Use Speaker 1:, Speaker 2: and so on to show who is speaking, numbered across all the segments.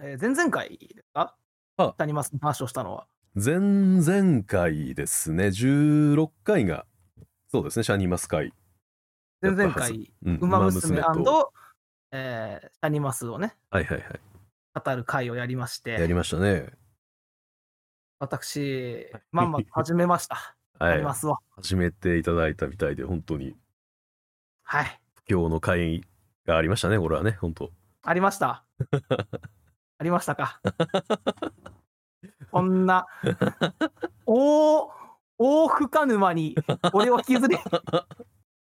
Speaker 1: えー前々回ですか
Speaker 2: は
Speaker 1: 谷松の話をしたのは。
Speaker 2: 前々回ですね16回がそうですねシャニマス回、
Speaker 1: 前々
Speaker 2: やっ
Speaker 1: 回、
Speaker 2: うん
Speaker 1: ウマ娘
Speaker 2: ウマと
Speaker 1: えー、シャニマスをね、
Speaker 2: はいはいは
Speaker 1: 語る回をやりまし
Speaker 2: いやり
Speaker 1: て、
Speaker 2: ましたね
Speaker 1: 私、まんまと始めました。シ
Speaker 2: は
Speaker 1: ャ
Speaker 2: い
Speaker 1: ニマスを。
Speaker 2: 始めていただいたみたいで本当に
Speaker 1: はい。
Speaker 2: 不況の会がありましたねこれはね本当
Speaker 1: ありま した。ありましたか。こんな、大、大深沼に、俺を引きず り、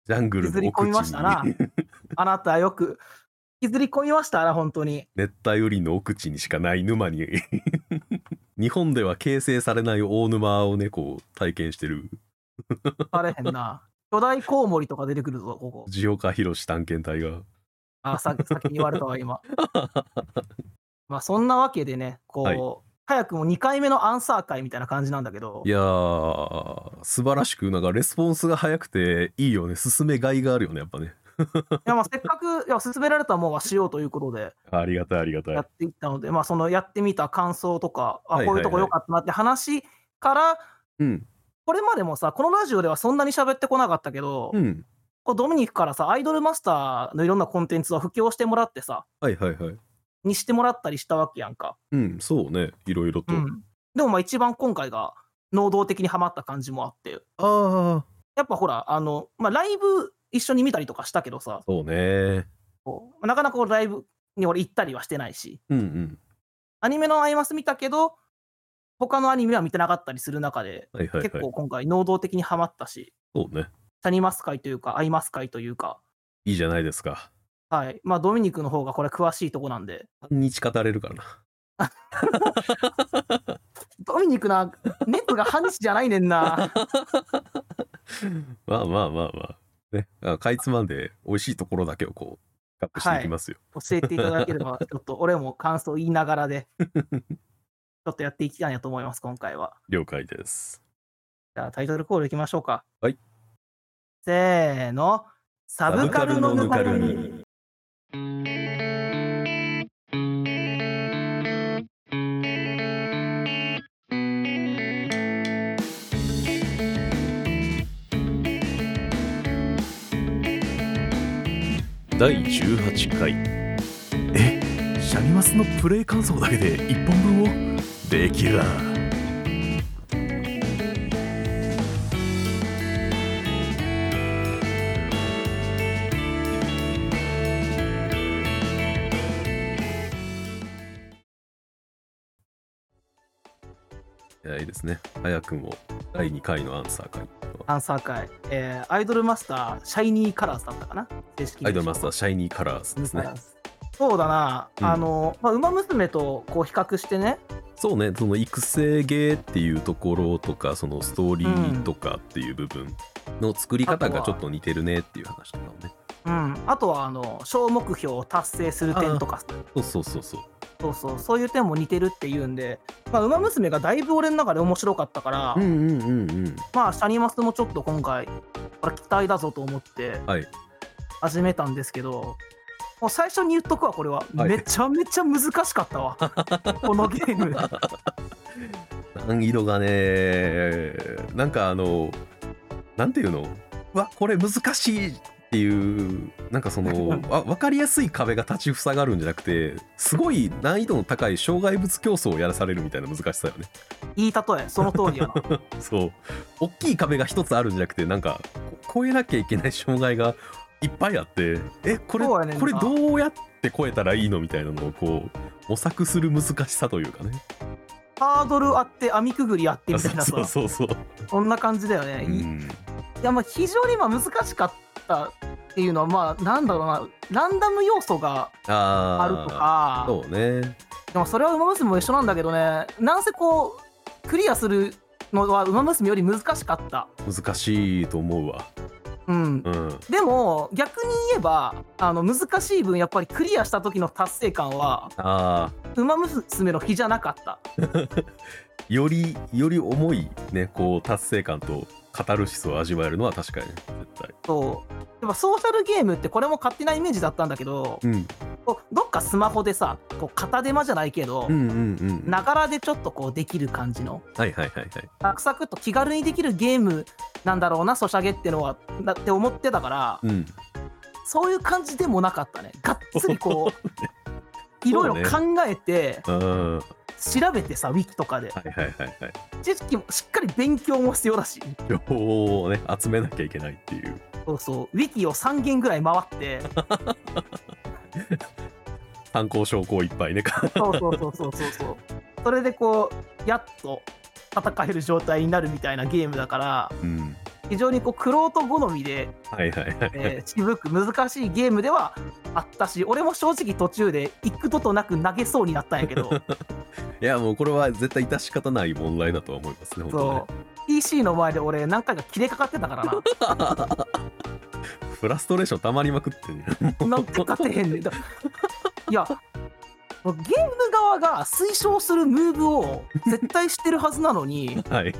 Speaker 2: ジャングル
Speaker 1: 引きず
Speaker 2: の
Speaker 1: り込
Speaker 2: 奥
Speaker 1: み
Speaker 2: 地
Speaker 1: ましたな
Speaker 2: に。
Speaker 1: あなたはよく、引きずり込みましたな、本当に。
Speaker 2: 熱帯雨林の奥地にしかない沼に 日本では形成されない大沼をねこう体験してる
Speaker 1: あれへんな。巨大コウモリとか出てくるぞ、ここ。
Speaker 2: ジオカヒロシ探検隊が
Speaker 1: あ、さ先に言われたわ、 今。まあ、そんなわけでね、こう、
Speaker 2: はい
Speaker 1: 早くも2回目のアンサー会みたいな感じなんだけど
Speaker 2: い、やー素晴らしくなんかレスポンスが早くていいよね進めがいがあるよねやっぱね
Speaker 1: いやまあせっかくいや勧められたもんはしようということで
Speaker 2: ありがたいありがたい
Speaker 1: やっていったので、まあ、そのやってみた感想とか、あ
Speaker 2: はいはいはい
Speaker 1: こういうとこ良かったなって話から、
Speaker 2: うん
Speaker 1: これまでもさ、このラジオではそんなに喋ってこなかったけど、
Speaker 2: うん
Speaker 1: こうドミニクからさ、アイドルマスターのいろんなコンテンツを布教してもらってさ、
Speaker 2: はいはいはい
Speaker 1: にしてもらったりしたわけやんか。
Speaker 2: うんそうねいろいろと、
Speaker 1: うん、でもまあ一番今回が能動的にハマった感じもあって
Speaker 2: ああ
Speaker 1: やっぱほらあの、まあ、ライブ一緒に見たりとかしたけどさ
Speaker 2: そうね
Speaker 1: こうなかなかこうライブに俺行ったりはしてないし
Speaker 2: うんうん
Speaker 1: アニメの「アイマス」見たけど他のアニメは見てなかったりする中で、
Speaker 2: はいはいはい
Speaker 1: 結構今回能動的にハマったし
Speaker 2: そうね
Speaker 1: 「谷マス会」というか「アイマス会」というか、
Speaker 2: いいじゃないですか
Speaker 1: はいまあ、ドミニクの方がこれ詳しいとこなんで
Speaker 2: 半日語れるからな
Speaker 1: ドミニクな熱が半日じゃないねんな
Speaker 2: まあまあまあまあ。ね、あかいつまんで美味しいところだけをこう、カップしていきますよ。
Speaker 1: 教えていただければちょっと俺も感想言いながら でちょっとやっていきたいなと思います今回は。
Speaker 2: 了解です。
Speaker 1: じゃあタイトルコールいきましょうか。
Speaker 2: はい。
Speaker 1: せーの。サブカルのぬかるみ。
Speaker 2: 第18回えシャニマスのプレイ感想だけで1本分をできるなはいいですね早くも第2回のアンサー会
Speaker 1: アンサー会。えーアイドルマスター、シャイニーカラーズだったかな正式
Speaker 2: アイドルマスターシャイニーカラーズ
Speaker 1: で
Speaker 2: ですす
Speaker 1: ね
Speaker 2: ね。
Speaker 1: そうだな、
Speaker 2: うん
Speaker 1: あの、まあ、馬娘とこう比較してね、
Speaker 2: そうねその育成芸っていうところとかそのストーリーとかっていう部分の作り方
Speaker 1: あと
Speaker 2: が
Speaker 1: は
Speaker 2: ちょっと似てるねっていう話とかもね
Speaker 1: うん、あとはあの小目標を達成する点とか、
Speaker 2: そうそうそうそう
Speaker 1: そうそう、そういう点も似てるっていうんで、まあ、馬娘がだいぶ俺の中で面白かったから、
Speaker 2: うんうんうんうん
Speaker 1: まあ、シャニマスもちょっと今回、これ期待だぞと思って
Speaker 2: はい
Speaker 1: 始めたんですけど、もう最初に言っとくわ、これは。
Speaker 2: はい
Speaker 1: めちゃめちゃ難しかったわ、 このゲーム。
Speaker 2: 難易度がねなんかあのなんていうのうわこれ難しいっていうなんかそ のわ分かりやすい壁が立ち塞がるんじゃなくてすごい難易度の高い障害物競争をやらされるみたいな難しさよね
Speaker 1: いい例え、その通りや な。
Speaker 2: そう大きい壁が一つあるんじゃなくてなんかこ越えなきゃいけない障害がいっぱいあってえこれ,、
Speaker 1: そうやねんな
Speaker 2: これどうやって越えたらいいのみたいなのをこう模索する難しさというかね
Speaker 1: ハードルあって、網くぐりあってみたいな
Speaker 2: そう
Speaker 1: さ、
Speaker 2: そうそう、
Speaker 1: そんな感じだよね。
Speaker 2: う
Speaker 1: い
Speaker 2: ん、
Speaker 1: いや、まあ、非常にまあ難しかったっていうのは、まあ、なんだろうな、ランダム要素が
Speaker 2: あー
Speaker 1: あるとか、
Speaker 2: そうね
Speaker 1: でもそれは馬娘も一緒なんだけどね、なんせこう、クリアするのは馬娘より難しかった。
Speaker 2: 難しいと思うわ
Speaker 1: うん
Speaker 2: う、ん
Speaker 1: でも逆に言えばあの難しい分やっぱりクリアした時の達成感は
Speaker 2: あ
Speaker 1: 「ウマ娘」の比じゃなかった
Speaker 2: ーよりより重いねこう達成感とカタルシスを味わえるのは確かに絶対
Speaker 1: そうやっぱソーシャルゲームってこれも勝手なイメージだったんだけど
Speaker 2: うん
Speaker 1: こうどっかスマホでさこう片手間じゃないけど
Speaker 2: うんうんうん
Speaker 1: ながらでちょっとこうできる感じの
Speaker 2: はいはいはいはい
Speaker 1: サクサクっと気軽にできるゲームなんだろうなソシャゲってのはだって思ってたから
Speaker 2: うん
Speaker 1: そういう感じでもなかったねがっつりこうい
Speaker 2: そうね
Speaker 1: ろいろ考えて
Speaker 2: あーは
Speaker 1: 調べてさウィキとかで
Speaker 2: いはいはいはい
Speaker 1: 知識もしっかり勉強も必要だし
Speaker 2: 情報をね集めなきゃいけないっていう
Speaker 1: そうそうウィキを3軒ぐらい回って
Speaker 2: 参考証拠をいっぱいね
Speaker 1: そうそうそうそうそうそうそれでこうやっと戦える状態になるみたいなゲームだから
Speaker 2: うん
Speaker 1: 非常にこうクロート好みで
Speaker 2: はいはいはい
Speaker 1: えー、渋く難しいゲームではあったし俺も正直途中で幾度となく投げそうになったんや けど
Speaker 2: いやもうこれは絶対致し方ない問題だとは思いますね本当ね
Speaker 1: そう PC の前で俺何回か切れかかってたからな
Speaker 2: フラストレーションたまりまくってね
Speaker 1: なんか勝てへんねんだいやゲーム側が推奨するムーブを絶対してるはずなのに
Speaker 2: はい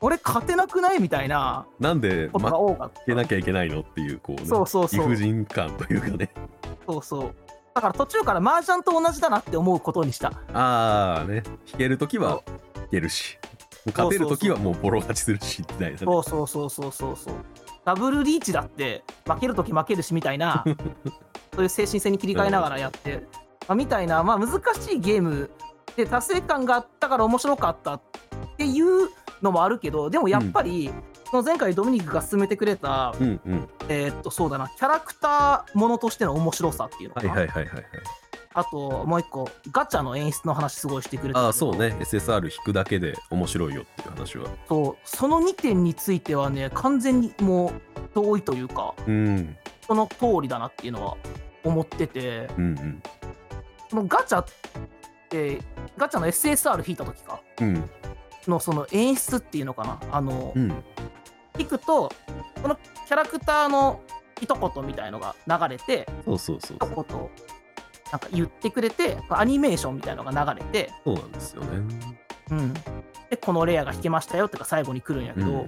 Speaker 1: 俺勝てなくないみたいな
Speaker 2: なんで
Speaker 1: こと
Speaker 2: 負
Speaker 1: が多かった、
Speaker 2: けなきゃいけないのっていうこうね
Speaker 1: そうそうそう
Speaker 2: 理不尽感というかね
Speaker 1: そうそうだから途中から麻雀と同じだなって思うことにした
Speaker 2: ああね弾ける時は弾けるしもう勝てる時はもうボロ勝ちするしみたいなね
Speaker 1: そうそうそうそうそうそう。ダブルリーチだって負けるとき負けるしみたい なそういう精神性に切り替えながらやって、まあ、みたいな、まあ、難しいゲームで達成感があったから面白かったっていうのもあるけどでもやっぱり、その前回ドミニクが勧めてくれた、
Speaker 2: うんうん
Speaker 1: えーっとそうだなキャラクターものとしての面白さっていうのか
Speaker 2: はい
Speaker 1: な、
Speaker 2: はいはいはいはい
Speaker 1: あともう一個ガチャの演出の話すごいしてくれた
Speaker 2: ああそうね SSR 弾くだけで面白いよっていう話は
Speaker 1: そうその2点についてはね完全にもう同意というか
Speaker 2: うん
Speaker 1: その通りだなっていうのは思ってて
Speaker 2: うんうん
Speaker 1: そのガチャってガチャの SSR 引いた時か
Speaker 2: うん
Speaker 1: のその演出っていうのかなあの、
Speaker 2: うん
Speaker 1: 引くとこのキャラクターの一言みたいのが流れて
Speaker 2: そうそうそう
Speaker 1: 一言なんか言ってくれてアニメーションみたいのが流れて、
Speaker 2: そうなんですよね
Speaker 1: うん、でこのレアが引けましたよってか最後に来るんやけど、
Speaker 2: うん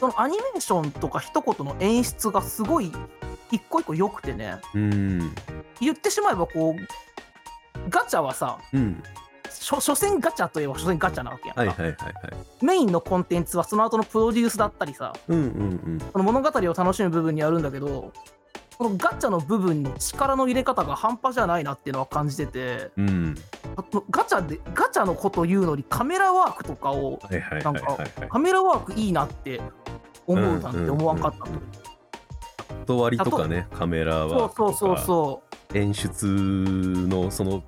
Speaker 1: そのアニメーションとか一言の演出がすごい一個一個良くてね
Speaker 2: うん
Speaker 1: 言ってしまえばこうガチャはさ
Speaker 2: うん
Speaker 1: 所所詮ガチャといえば所詮ガチャなわけやんか、
Speaker 2: はいはいはいはい
Speaker 1: メインのコンテンツはその後のプロデュースだったりさ
Speaker 2: うんうんうん
Speaker 1: その物語を楽しむ部分にあるんだけどこのガチャの部分の力の入れ方が半端じゃないなっていうのは感じてて
Speaker 2: うん
Speaker 1: あとガチャでガチャのこと言うのにカメラワークとかを
Speaker 2: はいはい
Speaker 1: な
Speaker 2: は
Speaker 1: ん
Speaker 2: い
Speaker 1: か
Speaker 2: はいはい
Speaker 1: カメラワークいいなって思うなんて思わんかった
Speaker 2: うんうんうんカット割りとかねカメ
Speaker 1: そ
Speaker 2: ラは
Speaker 1: うそうそうそう
Speaker 2: 演出のその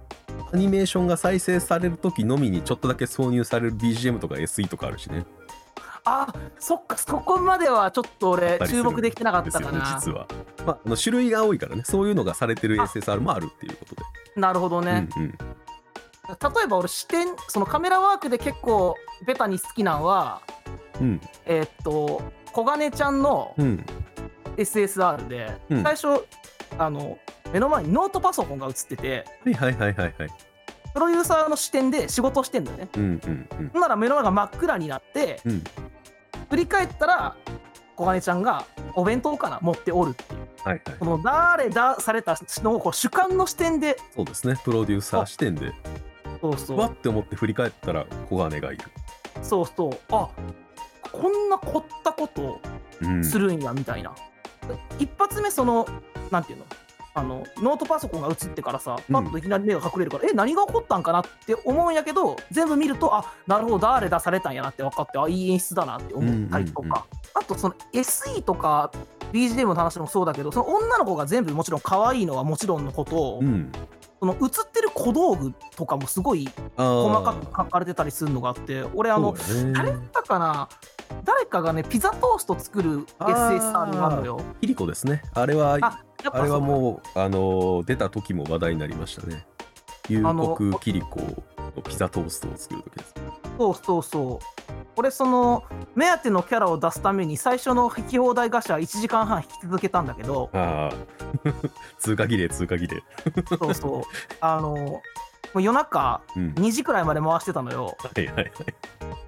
Speaker 2: アニメーションが再生される時のみにちょっとだけ挿入される BGM とか SE とかあるしね
Speaker 1: あそっかそこまではちょっと
Speaker 2: あ
Speaker 1: 俺
Speaker 2: ったりす
Speaker 1: 注
Speaker 2: る
Speaker 1: 目できてなかっ
Speaker 2: です
Speaker 1: た
Speaker 2: よ
Speaker 1: か
Speaker 2: ね
Speaker 1: な、
Speaker 2: 実は、まあ、あの種類が多いからねそういうのがされてる
Speaker 1: あ
Speaker 2: SSR もあるっていうことで、
Speaker 1: なるほどね、
Speaker 2: うんうん、
Speaker 1: 例えば俺視点そのカメラワークで結構ベタに好きなんは
Speaker 2: うん
Speaker 1: えーっと小金ちゃんの
Speaker 2: うん、
Speaker 1: SSR で、
Speaker 2: うん
Speaker 1: 最初あの目の前にノートパソコンが映ってて
Speaker 2: はいはいはいはいはい
Speaker 1: プロデューサーの視点で仕事してんだよね
Speaker 2: うんうんうん
Speaker 1: ほんなら目の前が真っ暗になって
Speaker 2: うん
Speaker 1: 振り返ったら小金ちゃんがお弁当かな持っておるっていう
Speaker 2: はいはい
Speaker 1: この誰だされたのをこう主観の視点で
Speaker 2: そうですねプロデューサー視点で
Speaker 1: そうそう
Speaker 2: わって思って振り返ったら小金がいる、
Speaker 1: そうそうあこんな凝ったことを
Speaker 2: うん、
Speaker 1: するんやみたいな、一発目そのなんていうのあのノートパソコンが映ってからさ
Speaker 2: うん
Speaker 1: パッといきなり目が隠れるから、え何が起こったんかなって思うんやけど全部見るとあなるほど誰出されたんやなって分かってあいい演出だなって思ったりとか、
Speaker 2: うんうんうん
Speaker 1: あとその SE とか BGM の話もそうだけどその女の子が全部もちろん可愛いのはもちろんのことを、
Speaker 2: うん
Speaker 1: その映ってる小道具とかもすごい細
Speaker 2: 細
Speaker 1: かく書かれてたりするのがあって俺あのあれ
Speaker 2: ね
Speaker 1: だったかな誰かがねピザトースト作る SSR があるのよ
Speaker 2: キリコですねあれはあ
Speaker 1: あやっぱ
Speaker 2: れは
Speaker 1: う
Speaker 2: もうあのー出た時も話題になりましたね夕刻キリコのピザトーストを作る時です
Speaker 1: そうそうそう俺その目当てのキャラを出すために最初の引き放題ガシャ1時間半引き続けたんだけど
Speaker 2: ああ 通過儀礼通過儀礼
Speaker 1: そうそうあのもう夜中
Speaker 2: うん
Speaker 1: 2時くらいまで回してたのよ
Speaker 2: はいはいはい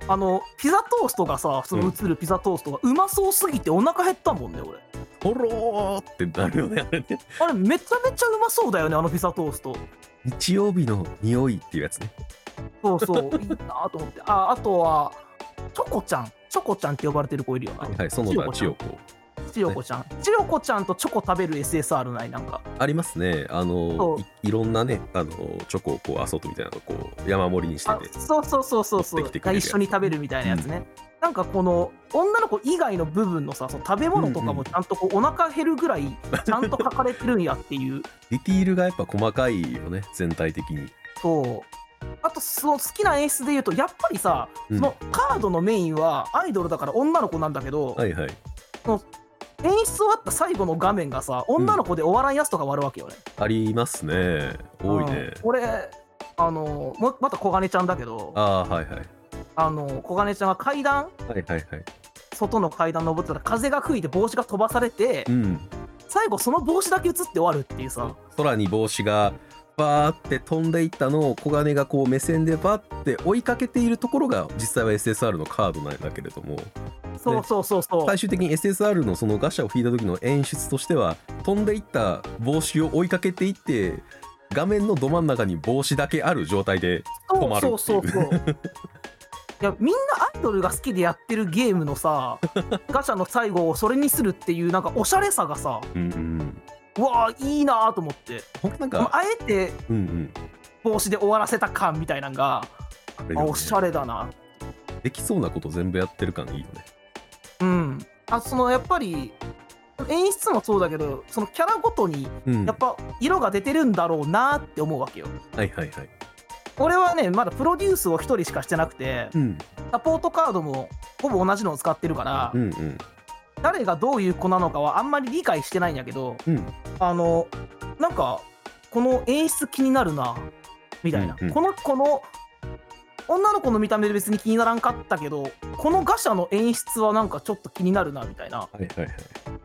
Speaker 1: あのピザトーストがさその映るピザトーストがうまそうすぎてお腹減ったもんね俺
Speaker 2: とろーってなるよねあれね
Speaker 1: あれめちゃめちゃうまそうだよねあのピザトースト
Speaker 2: 日曜日の匂いっていうやつね
Speaker 1: そうそういいなと思ってああとはチョコちゃんチョコちゃんって呼ばれてる子いるよな
Speaker 2: はい園田千代子
Speaker 1: チロコちゃんチロコちゃんとチョコ食べる SSR ないなんか
Speaker 2: ありますねあ
Speaker 1: そ
Speaker 2: の
Speaker 1: う
Speaker 2: いいろんなねあのチョコをこうアソートみたいなのをこう山盛りにして
Speaker 1: あ
Speaker 2: て
Speaker 1: そうそうそうそうそ
Speaker 2: 持って
Speaker 1: う
Speaker 2: きてくれるやつ
Speaker 1: 一緒に食べるみたいなやつね、なんかこの女の子以外の部分のさその食べ物とか
Speaker 2: うんうん
Speaker 1: もちゃんとこうお腹減るぐらいちゃんと書かれてるんやっていう
Speaker 2: ディティールがやっぱ細かいよね全体的に
Speaker 1: そうあとその好きな演出で言うとやっぱりさ、
Speaker 2: うん
Speaker 1: そのカードのメインはアイドルだから女の子なんだけど、
Speaker 2: はいはい
Speaker 1: 演出終わった最後の画面がさ女の子でお笑いやつとか割るわけよね、
Speaker 2: ありますね多いね
Speaker 1: うん俺あのもまた小金ちゃんだけどあ
Speaker 2: ああーはいはい
Speaker 1: の小金ちゃんが階段
Speaker 2: はいはいはい
Speaker 1: 外の階段登ってたら風が吹いて帽子が飛ばされて、
Speaker 2: うん
Speaker 1: 最後その帽子だけ映って終わるっていうさ
Speaker 2: 空に帽子がバーって飛んでいったのを小金がこう目線でバーって追いかけているところが実際は SSR のカードなんだけれども
Speaker 1: そうそうそうそう、
Speaker 2: 最終的に SSR のそのガシャを引いた時の演出としては飛んでいった帽子を追いかけていって画面のど真ん中に帽子だけある状態で止まるってい
Speaker 1: そううそうそうそう いやみんなアイドルが好きでやってるゲームのさガシャの最後をそれにするっていうなんかおしゃれさがさ
Speaker 2: うんうん
Speaker 1: うわーいいなーと思って
Speaker 2: ほんとなん
Speaker 1: ま
Speaker 2: か
Speaker 1: ああえて
Speaker 2: うんうん
Speaker 1: 帽子で終わらせた感みたいなのが、
Speaker 2: あれだ
Speaker 1: あ
Speaker 2: よね
Speaker 1: おしゃれだな
Speaker 2: できそうなこと全部やってる感いいよね
Speaker 1: うんあそのやっぱり演出もそうだけどそのキャラごとに
Speaker 2: うん
Speaker 1: やっぱ色が出てるんだろうなって思うわけよ
Speaker 2: はいはいはい
Speaker 1: 俺はねまだプロデュースを1人しかしてなくて
Speaker 2: うん
Speaker 1: サポートカードもほぼ同じのを使ってるから、
Speaker 2: うんうん
Speaker 1: 誰がどういう子なのかはあんまり理解してないんだけど
Speaker 2: うん
Speaker 1: あのなんかこの演出気になるなみたいな、
Speaker 2: うんうん
Speaker 1: この子の女の子の見た目で別に気にならんかったけどこのガシャの演出はなんかちょっと気になるなみたいな
Speaker 2: はいはいはい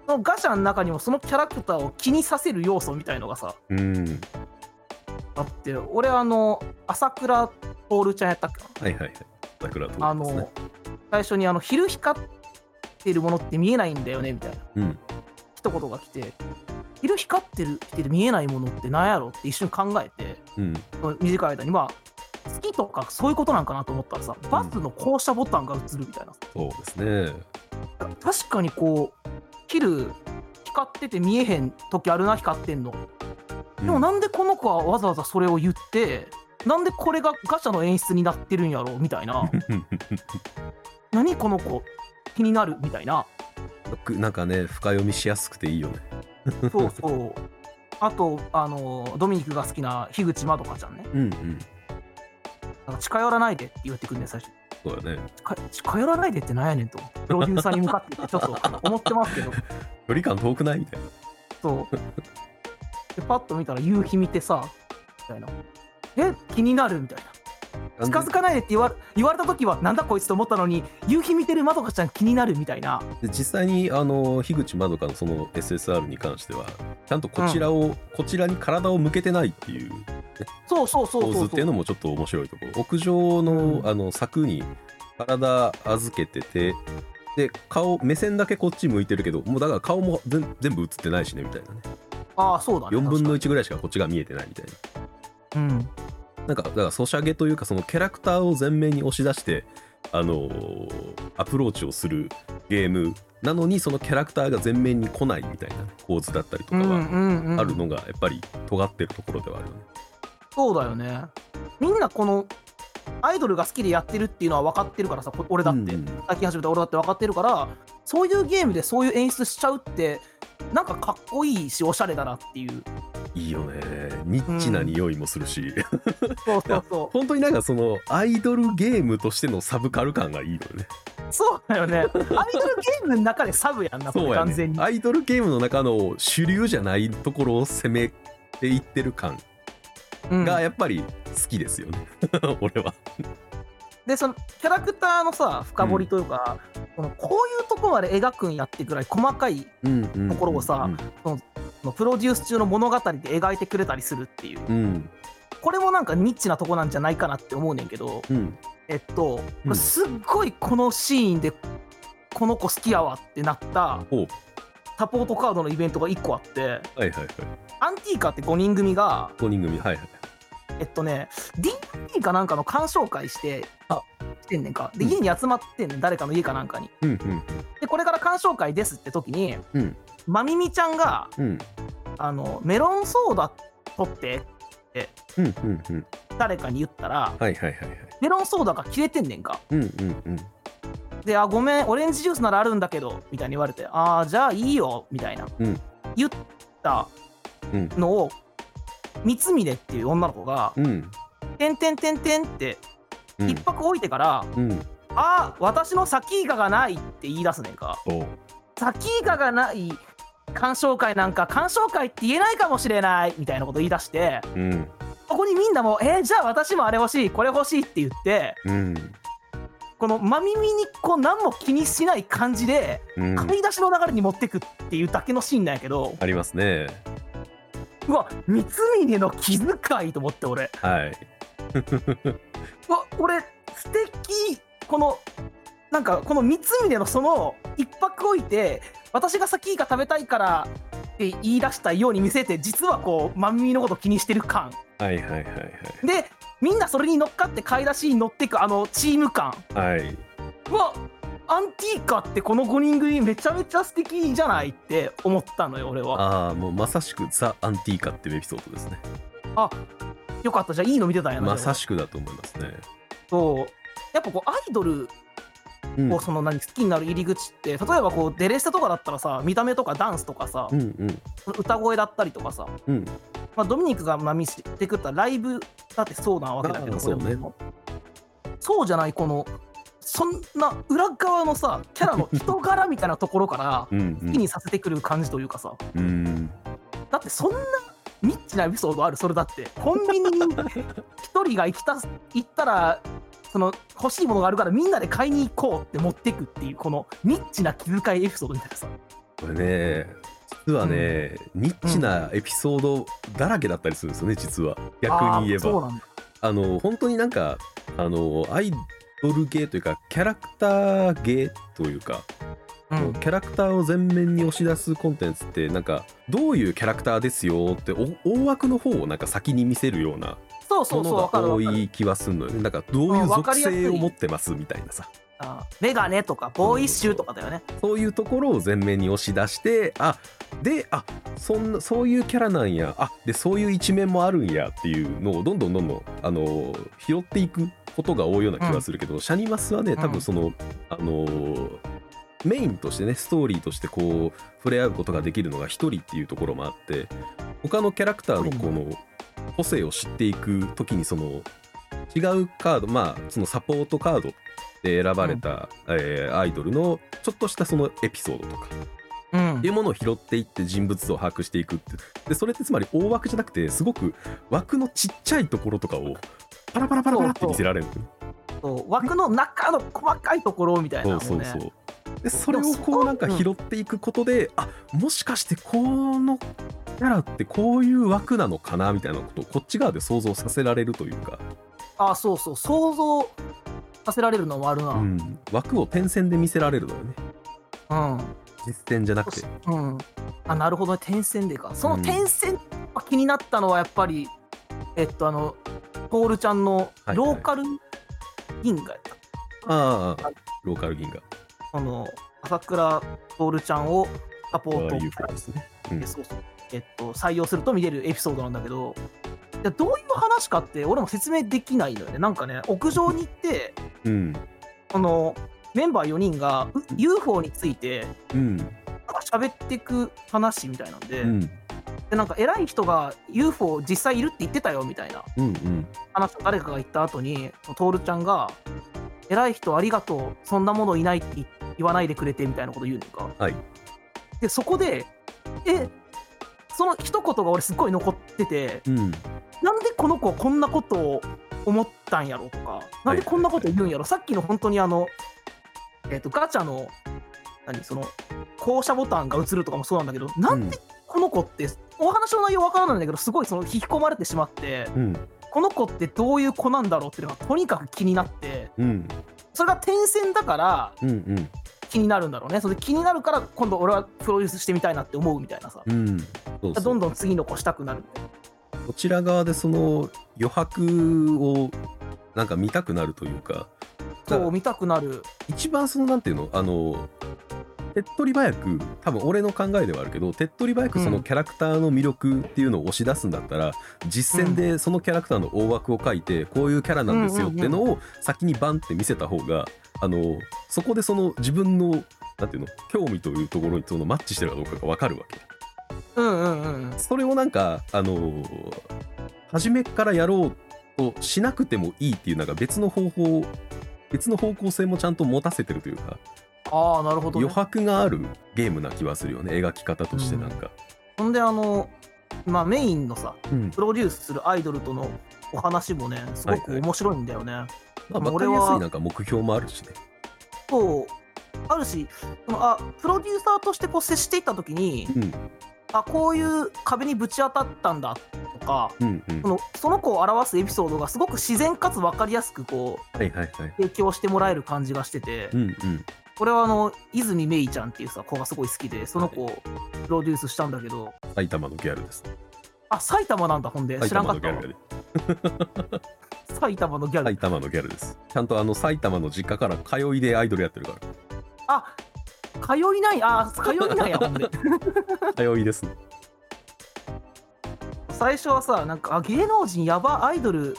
Speaker 1: そのガシャの中にもそのキャラクターを気にさせる要素みたいのがさ
Speaker 2: うん
Speaker 1: あって俺あの朝倉徹ちゃんやったっけな
Speaker 2: はいはいはい桜と
Speaker 1: あの、最初にあの昼光ってるものって見えないんだよねみたいな
Speaker 2: うん
Speaker 1: 一言が来て昼光ってるって見えないものって何やろって一瞬考えて
Speaker 2: うん
Speaker 1: その短い間にまあ月とかそういうことなんかなと思ったらさバスの降車ボタンが映るみたいな、
Speaker 2: そうですね
Speaker 1: 確かにこう昼光ってて見えへん時あるな光ってんのでもなんでこの子はわざわざそれを言ってなんでこれがガチャの演出になってるんやろみたいな何この子気になるみたいな
Speaker 2: くなん かね深読みしやすくていいよね
Speaker 1: そう そう。あと、あの、ドミニクが好きな樋口まどかちゃんね。
Speaker 2: うんうん
Speaker 1: なんか近寄らないでって言ってくんね、最初。
Speaker 2: そうだね
Speaker 1: 近近寄らないでってなんやねんと。プロデューサーに向かってちょっと思ってますけど。
Speaker 2: 距離感遠くないみたいな
Speaker 1: そう。で、パッと見たら夕日見てさ、みたいな。え、気になるみたいな。近づかないでって言わ言われた時は、なんだこいつと思ったのに、夕日見てるまどかちゃん気になるみたいな。
Speaker 2: で実際にあの樋口まどかのその SSR に関してはちゃんとこちらを、こちらに体を向けてないっていう
Speaker 1: そうそうそ
Speaker 2: ポ
Speaker 1: う
Speaker 2: ー
Speaker 1: そ
Speaker 2: ズ
Speaker 1: う
Speaker 2: っていう
Speaker 1: そ
Speaker 2: の
Speaker 1: う。
Speaker 2: もちょっと面白いところ屋上の,、
Speaker 1: うん
Speaker 2: あの柵に体預けててで顔目線だけこっち向いてるけどもうだから顔も全全部映ってないしねみたいなね
Speaker 1: ああ、そうだね。
Speaker 2: 4分の
Speaker 1: 確
Speaker 2: 1ぐらいしかこっちが見えてないみたいな
Speaker 1: かにうん。
Speaker 2: なんかだからソシャゲというかそのキャラクターを前面に押し出してあのーアプローチをするゲームなのにそのキャラクターが前面に来ないみたいな構図だったりとか
Speaker 1: うん
Speaker 2: は
Speaker 1: うんうん、
Speaker 2: あるのがやっぱり尖ってるところではあるよね。
Speaker 1: そうだよね。みんなこのアイドルが好きでやってるっていうのは分かってるからさ、こ俺だって、
Speaker 2: うん
Speaker 1: 最近始めた俺だって分かってるから、そういうゲームでそういう演出しちゃうって、なんかかっこいいし、おしゃれだなって いう。
Speaker 2: いいよねニッチな匂いもするし、
Speaker 1: そうそうそ
Speaker 2: 本当になんかそのアイドルゲームとしてのサブカル感がいいよね。
Speaker 1: う。そうだよね。アイドルゲームの中でサブやんな、こ
Speaker 2: そ
Speaker 1: れ
Speaker 2: うや
Speaker 1: 完全
Speaker 2: ね
Speaker 1: に。
Speaker 2: アイドルゲームの中の主流じゃないところを攻めていってる感
Speaker 1: うん
Speaker 2: がやっぱり好きですよね 俺は。
Speaker 1: で、そのキャラクターのさ、深掘りというか、このこういうとこまで描くんやってぐらい細かい
Speaker 2: うんうんうん
Speaker 1: ところをさこのプロデュース中の物語で描いてくれたりするっていう。
Speaker 2: うん
Speaker 1: これもなんかニッチなとこなんじゃないかなって思うねんけど、
Speaker 2: うん、
Speaker 1: えっと、こ
Speaker 2: うん
Speaker 1: れすっごいこのシーンでこの子好きやわってなった
Speaker 2: ほう
Speaker 1: サポートカードのイベントが1個あって
Speaker 2: はいはいはい
Speaker 1: アンティーカって5人組が
Speaker 2: 5人組はいはい
Speaker 1: えっとね D&D かなんかの鑑賞会して
Speaker 2: あ
Speaker 1: してんねんかで
Speaker 2: うん
Speaker 1: 家に集まってんねん誰かの家かなんかに
Speaker 2: うんうん
Speaker 1: でこれから鑑賞会ですって時に、
Speaker 2: うん
Speaker 1: まみみちゃんが
Speaker 2: うん
Speaker 1: あのメロンソーダ取って
Speaker 2: うんうんうん
Speaker 1: 誰かに言ったら
Speaker 2: はいはいはいはい
Speaker 1: メロンソーダが切れてんねんか
Speaker 2: うんうんうん
Speaker 1: で「あごめんオレンジジュースならあるんだけど」みたいに言われて「ああじゃあいいよ」みたいな、
Speaker 2: うん
Speaker 1: 言った
Speaker 2: うん
Speaker 1: のを三峰っていう女の子が
Speaker 2: うん
Speaker 1: 「てんてんてんてん」って
Speaker 2: う
Speaker 1: 一
Speaker 2: ん
Speaker 1: 泊置いてから
Speaker 2: うん
Speaker 1: 「ああ私のサキイカがない」って言い出すねんか
Speaker 2: おう
Speaker 1: サキイカがない鑑賞会なんか鑑賞会って言えないかもしれないみたいなこと言い出して
Speaker 2: うん
Speaker 1: そこにみんなも「えー、じゃあ私もあれ欲しいこれ欲しい」って言って
Speaker 2: うん
Speaker 1: この真耳にこう何も気にしない感じで
Speaker 2: うん
Speaker 1: 買い出しの流れに持ってくっていうだけのシーンなんやけど
Speaker 2: ありますね
Speaker 1: うわ三峰の気遣いと思って俺
Speaker 2: はいう
Speaker 1: わ俺素敵このなんかこの三峰のその一泊置いて私が先が食べたいからって言い出したように見せて実はこう真耳のこと気にしてる感
Speaker 2: はいはいはい
Speaker 1: でみんなそれに乗っかって買い出しに乗ってくあのチーム感
Speaker 2: はいはいう
Speaker 1: わアンティーカってこの5人組めちゃめちゃ素敵じゃないって思ったのよ俺は
Speaker 2: ああもうまさしくザ・アンティーカっていうエピソードですね
Speaker 1: よかったじゃあいいの見てたんやな
Speaker 2: まさしくだと思いますね
Speaker 1: そうやっぱこうアイドル
Speaker 2: うん
Speaker 1: をその何好きになる入り口って例えばこうデレステとかだったらさ見た目とかダンスとかさ
Speaker 2: うんうん
Speaker 1: 歌声だったりとかさ、
Speaker 2: うん
Speaker 1: まあ、ドミニクがまあ見せてくれたライブだってそうなわけだけ
Speaker 2: あ
Speaker 1: ど
Speaker 2: あそうね
Speaker 1: これもそうじゃないこのそんな裏側のさキャラの人柄みたいなところから
Speaker 2: うん
Speaker 1: 好きにさせてくる感じというかさ
Speaker 2: うんうん
Speaker 1: だってそんなニッチなエピソードあるそれだってコンビニに一人が行きた行ったらその欲しいものがあるからみんなで買いに行こうって持ってくっていうこのニッチな気遣いエピソードみたいなさ
Speaker 2: これね実はね、ニッチなエピソードだらけだったりするんですよね実は逆に
Speaker 1: あ
Speaker 2: 言え
Speaker 1: ーそう
Speaker 2: ば
Speaker 1: なんだ
Speaker 2: あの本当になんかあのアイドル系というかキャラクター系というか、
Speaker 1: うん
Speaker 2: キャラクターを前面に押し出すコンテンツってなんかどういうキャラクターですよってお大枠の方をなんか先に見せるような
Speaker 1: そうそ
Speaker 2: も
Speaker 1: うそう
Speaker 2: の
Speaker 1: わか
Speaker 2: が
Speaker 1: るわ
Speaker 2: 多
Speaker 1: かる
Speaker 2: い気はするのよねなんかどういう
Speaker 1: あわか
Speaker 2: 属
Speaker 1: りやすい
Speaker 2: 性を持ってますみたいなさ
Speaker 1: あーメガネとかボーイッシュとかだよね
Speaker 2: そういうところを前面に押し出してあであそんなそういうキャラなんやあでそういう一面もあるんやっていうのをどんどんどんどんあの拾っていくことが多いような気がするけど、シャニマスはね多分その、あのメインとしてねストーリーとしてこう触れ合うことができるのが一人っていうところもあって他のキャラクターのこの個性を知っていく時にその違うカードまあそのサポートカードで選ばれた、えーアイドルのちょっとしたそのエピソードとか
Speaker 1: うん
Speaker 2: いうものを拾っていって人物像を把握していくってでそれってつまり大枠じゃなくてすごく枠のちっちゃいところとかをパラパラパラパラって見せられる
Speaker 1: そう枠の中の細かいところみたいな
Speaker 2: そ
Speaker 1: の
Speaker 2: う
Speaker 1: ね
Speaker 2: そうそうでそれを
Speaker 1: でもそ
Speaker 2: こ
Speaker 1: こ
Speaker 2: うなんか拾っていくことで、あもしかしてこのキャラってこういう枠なのかなみたいなことをこっち側で想像させられるというか、
Speaker 1: あーそうそう想像させられるのもあるな
Speaker 2: う
Speaker 1: うん、
Speaker 2: ん枠を点線で見せられるのよね実線じゃなくて
Speaker 1: うん、あなるほどね点線でかその
Speaker 2: うん
Speaker 1: 点線が気になったのはやっぱり、えっとあのポールちゃんの
Speaker 2: はい
Speaker 1: ローカル銀河やった、
Speaker 2: ああローカル銀河
Speaker 1: その朝倉ポールちゃんをサポート
Speaker 2: いうことですね。うん
Speaker 1: そうそうえっと、採用すると見れるエピソードなんだけどいやどういう話かって俺も説明できないのよねなんかね屋上に行って
Speaker 2: うん
Speaker 1: このメンバー4人がう UFO について
Speaker 2: うん
Speaker 1: なんか喋ってく話みたいなんで、
Speaker 2: うん
Speaker 1: でなんか偉い人が UFO 実際いるって言ってたよみたいな
Speaker 2: うんうん
Speaker 1: 話を誰かが言った後に徹ちゃんが「偉い人ありがとうそんなものいないって言言わないでくれて」みたいなこと言うのか、
Speaker 2: はい
Speaker 1: でそこでえその一言が俺すっごい残ってて
Speaker 2: うん
Speaker 1: なんでこの子はこんなことを思ったんやろとかなんでこんなこと言うんやろ、さっきの本当にあの、えっとガチャの何その降車ボタンが映るとかもそうなんだけどなんでこの子ってお話の内容わからないんだけどすごいその引き込まれてしまって
Speaker 2: うん
Speaker 1: この子ってどういう子なんだろうっていうのがとにかく気になって
Speaker 2: うん
Speaker 1: それが転戦だから
Speaker 2: うんうん
Speaker 1: 気になるんだろうねそれで気になるから今度俺はプロデュースしてみたいなって思うみたいなさ、
Speaker 2: うんそうそう
Speaker 1: どんどん次の子したくなる
Speaker 2: こちら側でその余白をなんか見たくなるというかだか
Speaker 1: そ
Speaker 2: ら
Speaker 1: う見たくなる
Speaker 2: 一番そのなんていうのあの手っ取り早く多分俺の考えではあるけど手っ取り早くそうの
Speaker 1: ん
Speaker 2: キャラクターの魅力っていうのを押し出すんだったら、実践でそのキャラクターの大枠を書いてこういうキャラなんですよってのを先にバンって見せた方があのそこでその自分のなんていうの興味というところにそのマッチしてるかどうかが分かるわけ。
Speaker 1: うんうんうん
Speaker 2: それをなんかあの初めからやろうとしなくてもいいっていうなんか別の方法別の方向性もちゃんと持たせてるというか
Speaker 1: ああなるほど、ね
Speaker 2: 余、白があるゲームな気はするよね描き方としてなんか、
Speaker 1: ほんであのまあメインのさ
Speaker 2: うん
Speaker 1: プロデュースするアイドルとのお話もねすごく面白いんだよね、
Speaker 2: まあ、
Speaker 1: まあ
Speaker 2: 分か
Speaker 1: 俺
Speaker 2: り
Speaker 1: は
Speaker 2: やすいなんか目標もあるしね
Speaker 1: そうあるしそのあプロデューサーとしてこう接していった時に
Speaker 2: うん
Speaker 1: あこういう壁にぶち当たったんだとか
Speaker 2: うんうん
Speaker 1: そのその子を表すエピソードがすごく自然かつ分かりやすくこう
Speaker 2: はいはいはい
Speaker 1: 提供してもらえる感じがしてて、
Speaker 2: うんうん
Speaker 1: これはあの泉芽衣ちゃんっていうさ子がすごい好きでその子をプロデュースしたんだけど
Speaker 2: 埼玉のギャルです
Speaker 1: あ埼玉なんだほんで
Speaker 2: 埼
Speaker 1: 知らん
Speaker 2: 玉
Speaker 1: か
Speaker 2: の
Speaker 1: っ
Speaker 2: ギ
Speaker 1: た
Speaker 2: ャ
Speaker 1: わ
Speaker 2: ルやで
Speaker 1: 埼玉のギャル、
Speaker 2: 埼玉のギャルですちゃんとあの埼玉の実家から通いでアイドルやってるか
Speaker 1: あ通いないあ通いないやほ んで
Speaker 2: ら通いですね
Speaker 1: 最初はさなんかあ芸能人やばアイドル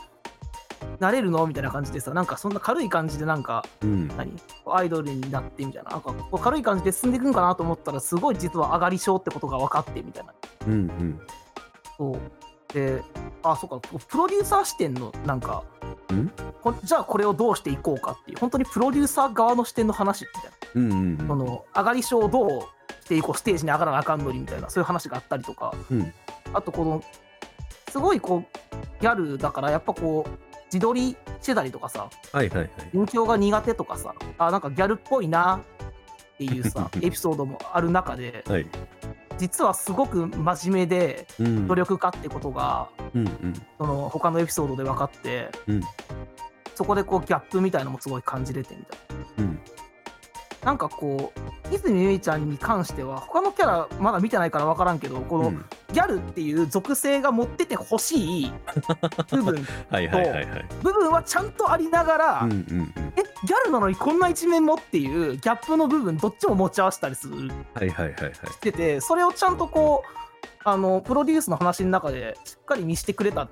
Speaker 1: なれるのみたいな感じでさなんかそんな軽い感じでなんか
Speaker 2: うん
Speaker 1: 何アイドルになってみたいななんかこう軽い感じで進んでいくんかなと思ったらすごい実は上がり症ってことが分かってみたいな
Speaker 2: うんうん
Speaker 1: そうであそうかプロデューサー視点のなんか
Speaker 2: ん
Speaker 1: こじゃあこれをどうしていこうかっていう本当にプロデューサー側の視点の話みたいな、
Speaker 2: うんうんうん
Speaker 1: その上がり症をどうしていこうステージに上がらなあかんのにみたいなそういう話があったりとか
Speaker 2: うん
Speaker 1: あとこのすごいこうギャルだからやっぱこう自撮りしてたりとかさ
Speaker 2: はいはいはい
Speaker 1: 勉強が苦手とかさあなんかギャルっぽいなっていう さエピソードもある中で
Speaker 2: はい
Speaker 1: 実はすごく真面目で
Speaker 2: うん
Speaker 1: 努力家ってことが
Speaker 2: うんうん
Speaker 1: その他のエピソードで分かって
Speaker 2: うん
Speaker 1: そこでこうギャップみたいのもすごい感じれてみたい
Speaker 2: うん
Speaker 1: ななんかこう泉ゆいちゃんに関しては他のキャラまだ見てないから分からんけどこ
Speaker 2: う
Speaker 1: の
Speaker 2: ん
Speaker 1: ギャルっていう属性が持っててほしい部 分
Speaker 2: はいはいはいはい
Speaker 1: 部分はちゃんとありながら、
Speaker 2: うんうんうん
Speaker 1: えギャルなのにこんな一面もっていうギャップの部分どっちも持ち合わせたりする
Speaker 2: はいはいはいはい
Speaker 1: しててそれをちゃんとこうあのプロデュースの話の中でしっかり見せてくれた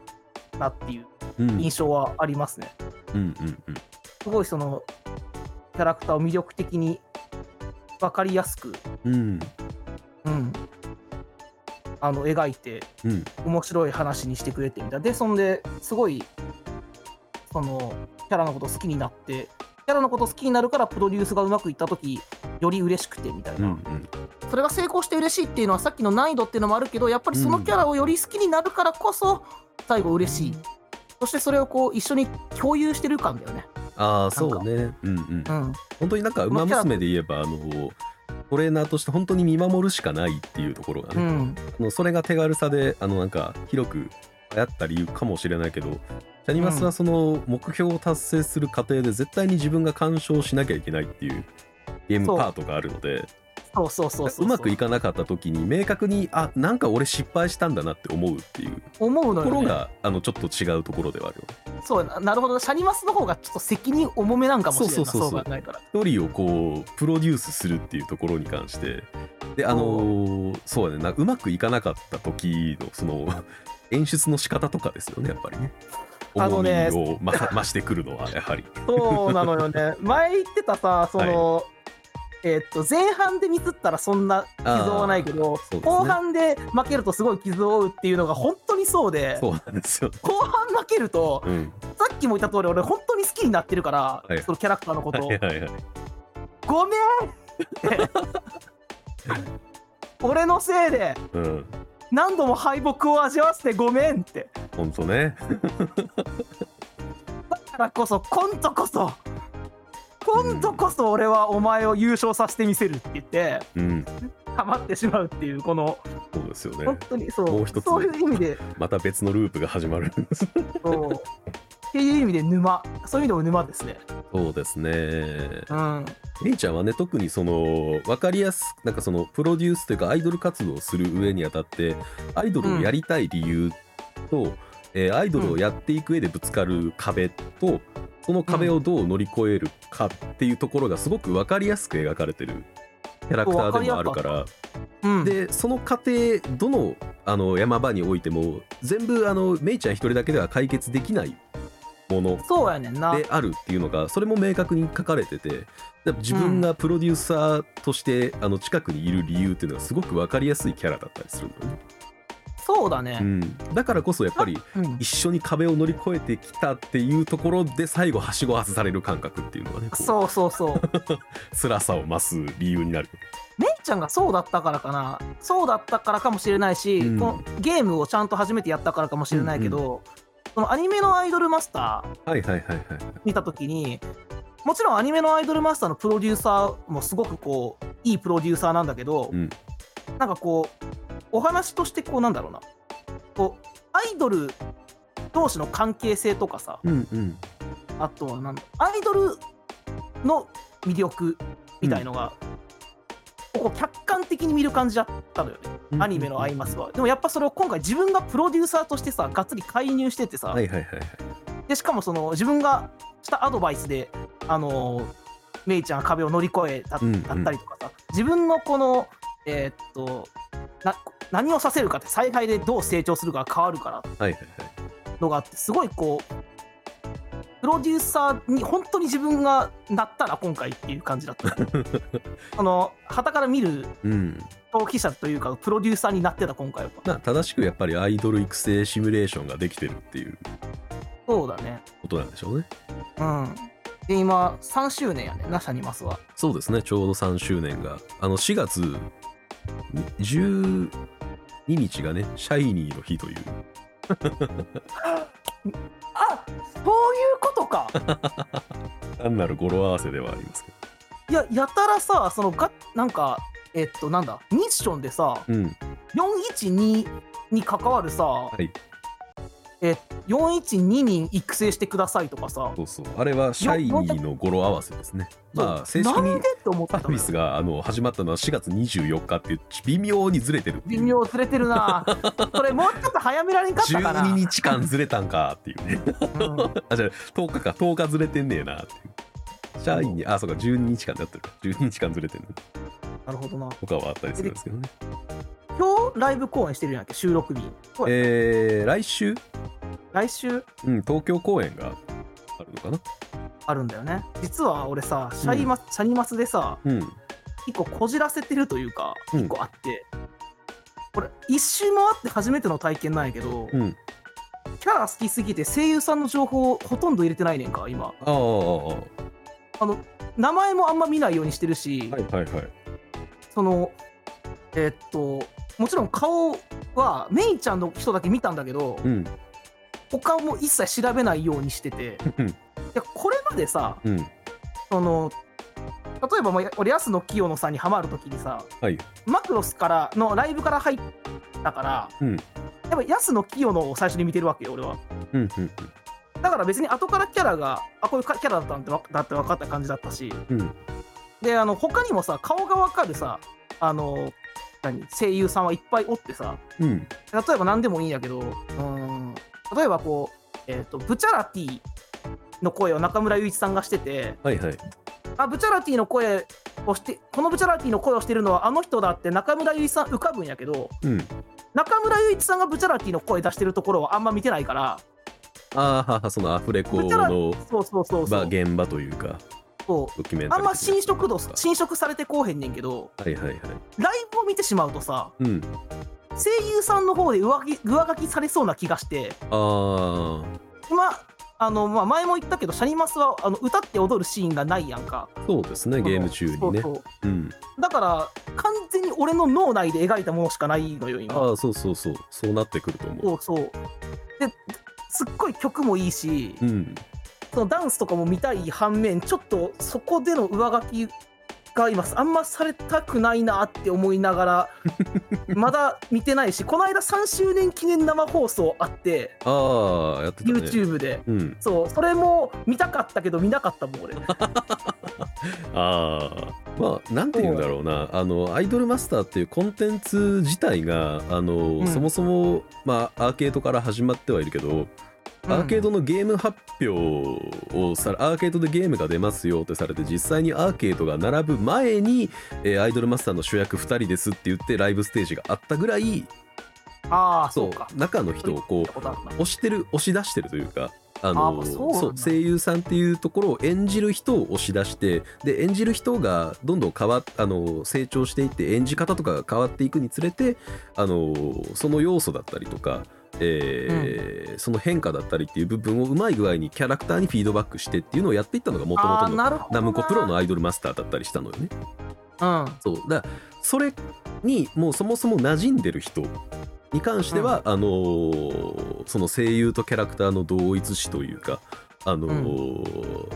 Speaker 1: なっていう
Speaker 2: うんうん
Speaker 1: 印象はありますね。
Speaker 2: うんうん
Speaker 1: すごいそのキャラクターを魅力的に分かりやすく、
Speaker 2: うん
Speaker 1: うん、あの描いて
Speaker 2: うん
Speaker 1: 面白い話にしてくれてみたいでそんですごいそのキャラのこと好きになってキャラのこと好きになるからプロデュースがうまくいった時より嬉しくてみたい
Speaker 2: うんう
Speaker 1: な、
Speaker 2: ん
Speaker 1: それが成功して嬉しいっていうのはさっきの難易度っていうのもあるけどやっぱりそのキャラをより好きになるからこそ最後嬉しい、そしてそれをこう一緒に共有してる感だよね。
Speaker 2: ああそうねうんうん
Speaker 1: うん
Speaker 2: 本当になんか馬娘で言えばあのトレーナーとして本当に見守るしかないっていうところが
Speaker 1: う
Speaker 2: ね、
Speaker 1: ん
Speaker 2: あのそれが手軽さであのなんか広く流行った理由かもしれないけどジャニマスはその目標を達成する過程で絶対に自分が干渉しなきゃいけないっていうゲームパートがあるので
Speaker 1: そうそうそうそうそう
Speaker 2: うまくいかなかった時に明確にあなんか俺失敗したんだなって思うっていう
Speaker 1: 思う
Speaker 2: と
Speaker 1: の
Speaker 2: ころ
Speaker 1: よ、ね、
Speaker 2: が、あのちょっと違うところではあるよね
Speaker 1: そうななるほどシャニマスの方がちょっと責任重めなんかもしれない
Speaker 2: そうそうそうそう
Speaker 1: 考えたら
Speaker 2: 一人をこうプロデュースするっていうところに関してであのーそうだねなうまくいかなかった時のその演出の仕方とかですよねやっぱりね。
Speaker 1: あの
Speaker 2: 重み
Speaker 1: ね
Speaker 2: を増 さ増してくるのはやはり。
Speaker 1: そうなのよ ね前言ってたさその、えーっと前半でミスったらそんな傷はないけど、
Speaker 2: あーそうですね
Speaker 1: 後半で負けるとすごい傷を負うっていうのが本当にそうで
Speaker 2: そうなんですよ。
Speaker 1: 後半負けると
Speaker 2: うん、
Speaker 1: さっきも言った通り俺本当に好きになってるから、
Speaker 2: はい
Speaker 1: そのキャラクターのこと、
Speaker 2: はいはいはい。
Speaker 1: ごめんって 俺のせいで
Speaker 2: うん、
Speaker 1: 何度も敗北を味わわせてごめんって
Speaker 2: 本当ね。
Speaker 1: だからこそ今度こそ今度こそ俺はお前を優勝させてみせるって言って
Speaker 2: うん、
Speaker 1: ハマってしまうっていうこの
Speaker 2: そうですよね
Speaker 1: 本。当にそう
Speaker 2: もう一つ
Speaker 1: そういう意味で
Speaker 2: また別のループが始まる。
Speaker 1: そうっていう意味で沼そういう意味でも沼ですね
Speaker 2: そうですね
Speaker 1: うん
Speaker 2: メイちゃんはね特にその分かりやすくなんかそのプロデュースというかアイドル活動をする上にあたってアイドルをやりたい理由と、えーアイドルをやっていく上でぶつかる壁とその壁をどう乗り越えるかっていうところがすごく分かりやすく描かれてるキャラクターでもあるから
Speaker 1: うん
Speaker 2: でその過程どのあの山場においても全部あのメイちゃん一人だけでは解決できないもの
Speaker 1: そうやねんな
Speaker 2: であるっていうのがそれも明確に書かれててやっぱ自分がプロデューサーとして、あの近くにいる理由っていうのがすごく分かりやすいキャラだったりするのね、
Speaker 1: そうだね
Speaker 2: うん、だからこそやっぱり
Speaker 1: うん
Speaker 2: 一緒に壁を乗り越えてきたっていうところで最後はしご外される感覚っていうのがねこう
Speaker 1: そうそうそう
Speaker 2: 辛さを増す理由になる
Speaker 1: めいちゃんがそうだったからかなそうだったからかもしれないし、
Speaker 2: うん
Speaker 1: このゲームをちゃんと初めてやったからかもしれないけど、そのアニメのアイドルマスター
Speaker 2: はいはいはいはい
Speaker 1: 見た時にもちろんアニメのアイドルマスターのプロデューサーもすごくこういいプロデューサーなんだけど、
Speaker 2: うん
Speaker 1: なんかこうお話としてこうなんだろうなこうアイドル同士の関係性とかさ
Speaker 2: うんうん
Speaker 1: あとはなんだアイドルの魅力みたいのが、ここ客観的に見る感じだったのよねアニメの「アイマスは」でもやっぱそれを今回自分がプロデューサーとしてさがっつり介入しててさ、
Speaker 2: はいはいはいはい
Speaker 1: でしかもその自分がしたアドバイスであのーメイちゃんが壁を乗り越えた,、
Speaker 2: うんうん
Speaker 1: ったりとかさ自分のこのえーっとな何をさせるかって災害でどう成長するかが変わるから
Speaker 2: はいはい
Speaker 1: のがあってすごいこうプロデューサーに本当に自分がなったら今回っていう感じだった あの旗から見る
Speaker 2: うん
Speaker 1: 当記者というかプロデューサーになってた今回は
Speaker 2: まあ正しくやっぱりアイドル育成シミュレーションができてるっていう
Speaker 1: そうだね
Speaker 2: ことなんでしょうね
Speaker 1: うんで今3周年やねなシャニマスは
Speaker 2: そうですね、ちょうど3周年が。あの、4月に12日がね、シャイニーの日という。
Speaker 1: あそういうこと か
Speaker 2: 単なる語呂合わせではありますけ
Speaker 1: いややたらさそのがなんかえっとなんだミッションでさ
Speaker 2: ど。うん。
Speaker 1: 412に関わるさ、
Speaker 2: い
Speaker 1: え412人育成してくださいとかさ
Speaker 2: そうそう。あれはシャイニーの語呂合わせですね。まあ、正式
Speaker 1: なん
Speaker 2: に
Speaker 1: でって思って
Speaker 2: サ
Speaker 1: たの
Speaker 2: ービ
Speaker 1: よ
Speaker 2: スがあの始まったのは4月24日っていう、微妙にずれてるってい
Speaker 1: 微
Speaker 2: う。
Speaker 1: 妙ずれてるなそれもうちょっと早められんかったかな
Speaker 2: 12日間ずれたんかっていうね。
Speaker 1: うん
Speaker 2: あ、じゃあ10日か、10日ずれてんねえなっていう。シャイニー、あ、そうか、12日間でやってるか。12日間ずれてる
Speaker 1: なるほどな
Speaker 2: とかはあったりするんですけどね。
Speaker 1: 今日ライブ公演してるやんけ収録日そうや
Speaker 2: えー、来週
Speaker 1: 来週
Speaker 2: うん、東京公演があるのかな。
Speaker 1: あるんだよね実は俺さシャイマス、シャニマスでさ
Speaker 2: うん。
Speaker 1: 一個こじらせてるというか
Speaker 2: うん
Speaker 1: 一個あって、これ一周回って初めての体験なんやけど、
Speaker 2: うん。
Speaker 1: キャラ好きすぎて声優さんの情報ほとんど入れてないねんか今
Speaker 2: ああ、は
Speaker 1: あの名前もあんま見ないようにしてるし、
Speaker 2: いはいはい。
Speaker 1: そのえーっともちろん顔はメイちゃんの人だけ見たんだけど、
Speaker 2: うん。
Speaker 1: 他も一切調べないようにしてて
Speaker 2: うん
Speaker 1: いやこれまでさ
Speaker 2: うん。
Speaker 1: その例えばまあ俺安野清野さんにハマるときにさ、
Speaker 2: はい
Speaker 1: マクロスからのライブから入ったから、
Speaker 2: うん
Speaker 1: やっぱ安野清野を最初に見てるわけよ俺は
Speaker 2: うん。うん。
Speaker 1: だから別に後からキャラがあこういうキャラだったんだってだって分かった感じだったし
Speaker 2: うん。
Speaker 1: であの他にもさ顔が分かるさあの何声優さんはいっぱいおってさ
Speaker 2: うん。
Speaker 1: 例えば何でもいいんやけどうーん例えばこう、えー、とブチャラティの声を中村雄一さんがしてて
Speaker 2: はいはい。
Speaker 1: あブチャラティの声をしてこのブチャラティの声をしてるのはあの人だって中村雄一さん浮かぶんやけど
Speaker 2: うん。
Speaker 1: 中村雄一さんがブチャラティの声出してるところはあんま見てないから
Speaker 2: ああ、はは、そのアフレコ
Speaker 1: こちら
Speaker 2: の、
Speaker 1: そうそうそうそ
Speaker 2: まあ、
Speaker 1: う
Speaker 2: 現場というか、
Speaker 1: そう
Speaker 2: ドキュメンタ
Speaker 1: あ
Speaker 2: リ
Speaker 1: ん
Speaker 2: ー
Speaker 1: ま
Speaker 2: 的な
Speaker 1: 侵食度侵食されてこうへんねんけど
Speaker 2: はいはいはい。
Speaker 1: ライブを見てしまうとさ
Speaker 2: うん。
Speaker 1: 声優さんの方で上書き上書きされそうな気がして
Speaker 2: あ
Speaker 1: 今あの、まあ、前も言ったけどシャニマスはあの歌って踊るシーンがないやんか
Speaker 2: あ、そうですね、ゲーム中にね
Speaker 1: そ。うそう
Speaker 2: うん。
Speaker 1: だから完全に俺の脳内で描いたものしかないのよ今
Speaker 2: ああ、そうそうそう。そうなってくると思
Speaker 1: そうそうですっごい曲もいいし、
Speaker 2: う。うん。
Speaker 1: そのダンスとかも見たい反面ちょっとそこでの上書き使いますあんまされたくないなって思いなが らまだ見てないしこの間3周年記念生放送あって
Speaker 2: ああやってたね
Speaker 1: YouTube で、
Speaker 2: うん
Speaker 1: そうそれも見たかったけど見なかったも ん俺
Speaker 2: ああまあなんて言うんだろうなあのアイドルマスターっていうコンテンツ自体があの、
Speaker 1: ん
Speaker 2: そもそも、まあ、アーケードから始まってはいるけどアーケードのゲーム発表をさアーケードでゲームが出ますよってされて実際にアーケードが並ぶ前に、えーアイドルマスターの主役2人ですって言ってライブステージがあったぐらい
Speaker 1: うんああそ
Speaker 2: そうう
Speaker 1: か
Speaker 2: 中の人をこう
Speaker 1: 見たことあるな
Speaker 2: 押してる押し出してるというか。あ
Speaker 1: あ
Speaker 2: の
Speaker 1: ーそうなんだ
Speaker 2: そう声優さんっていうところを演じる人を押し出してで演じる人がどんどん変わっあの成長していって演じ方とかが変わっていくにつれてあのその要素だったりとか、えーその変化だったりっていう部分をうまい具合にキャラクターにフィードバックしてっていうのをやっていったのがもとも
Speaker 1: あ
Speaker 2: と
Speaker 1: ー
Speaker 2: の
Speaker 1: なるほど
Speaker 2: ナ
Speaker 1: な
Speaker 2: ムコプロのアイドルマスターだったりしたのよね。
Speaker 1: うん
Speaker 2: そうだからそれにもうそもそも馴染んでる人に関しては、あのーその声優とキャラクターの同一視というかあのー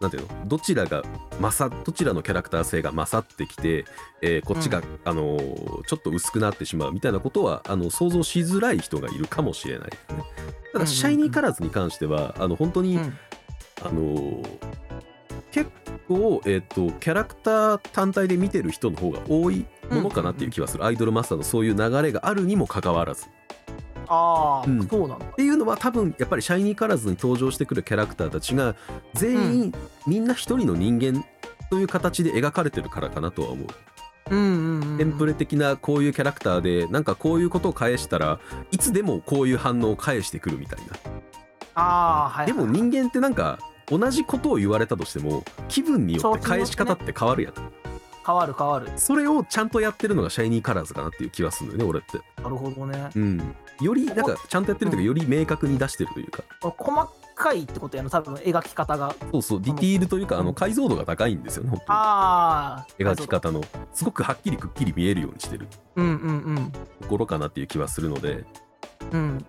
Speaker 2: なんていうのどちらが勝どちらのキャラクター性が勝ってきて、えーこっちが、
Speaker 1: うん
Speaker 2: あのーちょっと薄くなってしまうみたいなことはあの想像しづらい人がいるかもしれないですね。た
Speaker 1: うんうんう
Speaker 2: だ、
Speaker 1: ん
Speaker 2: シャイニーカラーズに関してはあの本当に、
Speaker 1: うん
Speaker 2: あのー結構、えー、とキャラクター単体で見てる人の方が多いものかなっていう気はする、アイドルマスターのそういう流れがあるにもかかわらずっ
Speaker 1: ああ、
Speaker 2: うん
Speaker 1: そうなんだ
Speaker 2: ていうのは多分やっぱり「シャイニーカラーズ」に登場してくるキャラクターたちが全員、みんな一人の人間という形で描かれてるからかなとは思う
Speaker 1: うんうんうんうん
Speaker 2: テンプレ的なこういうキャラクターでなんかこういうことを返したらいつでもこういう反応を返してくるみたいな
Speaker 1: ああはい
Speaker 2: でも人間ってなんか同じことを言われたとしても気分によって返し方って変わるやん
Speaker 1: 変わる変わる
Speaker 2: それをちゃんとやってるのがシャイニーカラーズかなっていう気はするんだよね俺って、
Speaker 1: なるほどね
Speaker 2: うん、よりなんかちゃんとやってるというかより明確に出してるというか
Speaker 1: 細かいってことやな多分描き方が
Speaker 2: そうそうディティールというかあの解像度が高いんですよね本
Speaker 1: ああ
Speaker 2: 当に描き方のすごくはっきりくっきり見えるようにしてる
Speaker 1: うんうんうん
Speaker 2: ところかなっていう気はするので
Speaker 1: うん